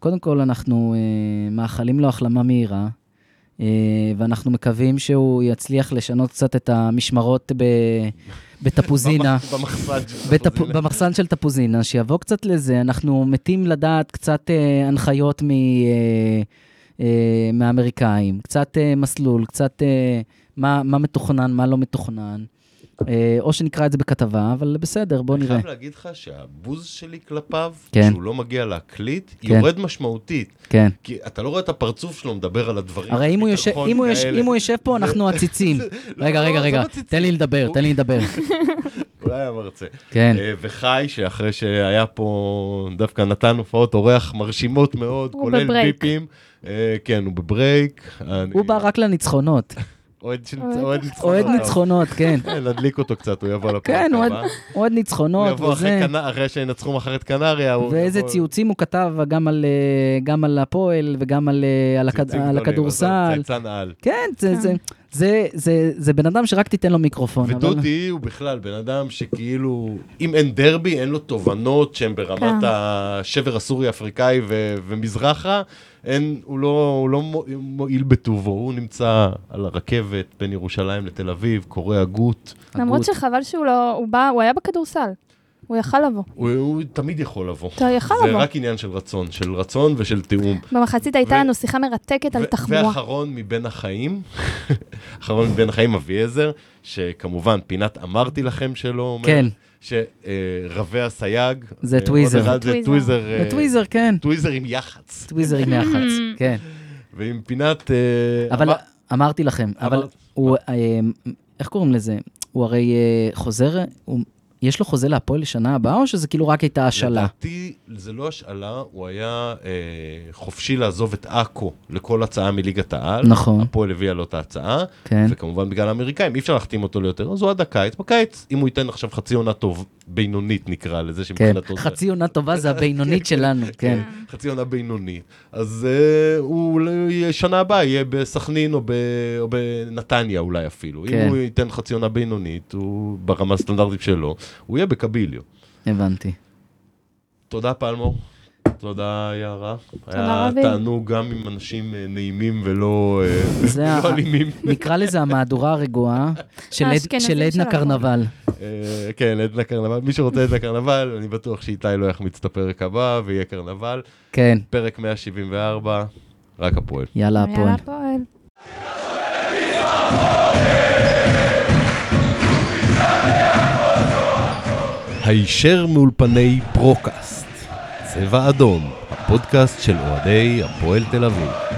[SPEAKER 2] קודם כל אנחנו אה, מאחלים לו החלמה מהירה, אה, ואנחנו מקווים שהוא יצליח לשנות קצת את המשמרות ב, בתפוזינה.
[SPEAKER 1] במח- במחסן של
[SPEAKER 2] בטפ-
[SPEAKER 1] תפוזינה.
[SPEAKER 2] במחסן של תפוזינה, שיבוא קצת לזה. אנחנו מתים לדעת קצת אה, הנחיות מ, אה, אה, מהאמריקאים, קצת אה, מסלול, קצת אה, מה, מה מתוכנן, מה לא מתוכנן. אה, או שנקרא את זה בכתבה, אבל בסדר, בוא
[SPEAKER 1] אני
[SPEAKER 2] נראה.
[SPEAKER 1] חייב להגיד לך שהבוז שלי כלפיו,
[SPEAKER 2] כן.
[SPEAKER 1] שהוא לא מגיע להקליט,
[SPEAKER 2] כן.
[SPEAKER 1] יורד משמעותית.
[SPEAKER 2] כן.
[SPEAKER 1] כי אתה לא רואה את הפרצוף שלו מדבר על הדברים.
[SPEAKER 2] הרי אם הוא יושב-
[SPEAKER 1] הביטחון
[SPEAKER 2] אם הוא יש-
[SPEAKER 1] כאלה.
[SPEAKER 2] אם הוא יושב פה, אנחנו עציצים. רגע,
[SPEAKER 1] לא,
[SPEAKER 2] רגע,
[SPEAKER 1] זה
[SPEAKER 2] רגע,
[SPEAKER 1] לא עציצים.
[SPEAKER 2] תן לי לדבר,
[SPEAKER 1] הוא-
[SPEAKER 2] תן לי לדבר.
[SPEAKER 1] אולי המרצה.
[SPEAKER 2] כן.
[SPEAKER 1] אה, וחי, שאחרי שהיה פה, דווקא נתן הופעות אורח מרשימות מאוד,
[SPEAKER 3] הוא
[SPEAKER 1] כולל
[SPEAKER 3] בברייק.
[SPEAKER 1] ביפים. אה, כן, הוא בברייק. אני-
[SPEAKER 2] הוא בא רק לניצחונות.
[SPEAKER 1] אוהד של-
[SPEAKER 3] אוהד
[SPEAKER 1] אוהד
[SPEAKER 2] אוהד
[SPEAKER 1] ניצחונות.
[SPEAKER 2] ניצחונות, כן.
[SPEAKER 1] כן, נדליק אותו קצת, הוא יבוא לפרק
[SPEAKER 2] כן,
[SPEAKER 1] הבא.
[SPEAKER 2] אוהד
[SPEAKER 1] אוקיי, הוא
[SPEAKER 2] ניצחונות
[SPEAKER 1] יבוא אחרי
[SPEAKER 2] וזה.
[SPEAKER 1] קנ- אחרי שינצחו מחר את קנריה. הוא
[SPEAKER 2] ואיזה
[SPEAKER 1] יבוא-
[SPEAKER 2] ציוצים הוא כתב גם על, אה, גם על הפועל וגם על, אה, על, הכד-
[SPEAKER 1] ציוצים
[SPEAKER 2] על
[SPEAKER 1] גדולים, עזוב,
[SPEAKER 2] הכדורסל.
[SPEAKER 1] צייצן על.
[SPEAKER 2] כן, זה,
[SPEAKER 3] כן.
[SPEAKER 2] זה, זה, זה, זה בן אדם שרק תיתן לו מיקרופון. אבל-
[SPEAKER 1] ודודי הוא בכלל בן אדם שכאילו, אם אין דרבי, אין לו תובנות שהן ברמת
[SPEAKER 3] כן.
[SPEAKER 1] השבר הסורי-אפריקאי ו- ומזרחה, אין, הוא לא, הוא לא מוע- מועיל בטובו, הוא נמצא על הרכבת בין ירושלים לתל אביב, קורא הגות,
[SPEAKER 3] למרות
[SPEAKER 2] הגות.
[SPEAKER 3] שחבל שהוא לא, הוא בא, הוא היה בכדורסל. הוא יכל לבוא.
[SPEAKER 1] הוא, הוא תמיד יכול לבוא.
[SPEAKER 3] אתה יכל
[SPEAKER 1] זה
[SPEAKER 3] לבוא.
[SPEAKER 1] רק עניין של רצון, של רצון ושל תיאום.
[SPEAKER 3] במחצית הייתה
[SPEAKER 1] ו-
[SPEAKER 3] לנו שיחה מרתקת על
[SPEAKER 1] ו-
[SPEAKER 3] תחבורה.
[SPEAKER 1] ואחרון מבין החיים, אחרון מבין החיים אביעזר, שכמובן פינת אמרתי לכם שלו, אומר,
[SPEAKER 2] כן,
[SPEAKER 1] שרבי הסייג,
[SPEAKER 2] זה
[SPEAKER 1] אה,
[SPEAKER 2] טוויזר.
[SPEAKER 1] עוד אחד זה
[SPEAKER 3] טוויזר.
[SPEAKER 1] טוויזר, אה,
[SPEAKER 2] וטוויזר, כן.
[SPEAKER 1] טוויזר עם יח"צ,
[SPEAKER 2] טוויזר עם יח"צ, כן.
[SPEAKER 1] ועם פינת... אה,
[SPEAKER 2] אבל
[SPEAKER 1] אמר-
[SPEAKER 2] אמרתי לכם, אבל
[SPEAKER 1] אמרת.
[SPEAKER 2] הוא, אה, איך קוראים לזה? הוא הרי אה, חוזר, הוא- יש לו חוזה להפועל לשנה הבאה, או שזה כאילו רק הייתה השאלה?
[SPEAKER 1] לדעתי, זה לא השאלה, הוא היה אה, חופשי לעזוב את עכו לכל הצעה מליגת העל.
[SPEAKER 2] נכון,
[SPEAKER 1] הפועל הביאה לו את ההצעה,
[SPEAKER 2] כן.
[SPEAKER 1] וכמובן בגלל האמריקאים, אי אפשר להחתים אותו ליותר, אז הוא עד הקיץ. בקיץ, אם הוא ייתן עכשיו חצי עונה טוב, בינונית נקרא לזה,
[SPEAKER 2] כן,
[SPEAKER 1] שמבחינתו... זה-
[SPEAKER 2] חצי עונה טובה זה הבינונית שלנו, כן.
[SPEAKER 1] חצי עונה בינונית. אז אה, הוא אולי שנה הבאה יהיה בסכנין או, ב, או בנתניה אולי אפילו. כן.
[SPEAKER 2] כן.
[SPEAKER 1] אם הוא ייתן חצי עונה בינונית, הוא ברמה הסטנדרטית שלו, הוא יהיה בקביליו.
[SPEAKER 2] הבנתי.
[SPEAKER 1] תודה פלמור. תודה יערה.
[SPEAKER 3] תודה, רבי.
[SPEAKER 1] היה תענוג גם עם אנשים אה, נעימים ולא אה,
[SPEAKER 2] זה
[SPEAKER 1] ולא
[SPEAKER 2] ה-
[SPEAKER 1] אלימים.
[SPEAKER 2] נקרא לזה המהדורה הרגועה של עד-
[SPEAKER 3] האשכנזים
[SPEAKER 2] של עדנה
[SPEAKER 3] שלנו.
[SPEAKER 2] קרנבל.
[SPEAKER 1] אה, כן, עדנה קרנבל. מי שרוצה עדנה קרנבל, אני בטוח שאיתי לא יחמיץ את הפרק הבא ויהיה קרנבל.
[SPEAKER 2] כן,
[SPEAKER 1] פרק 174, רק הפועל.
[SPEAKER 2] יאללה הפועל.
[SPEAKER 3] יאללה, הפועל.
[SPEAKER 1] הישר מאולפני פרוקאסט, צבע אדום, הפודקאסט של אוהדי הפועל תל אביב.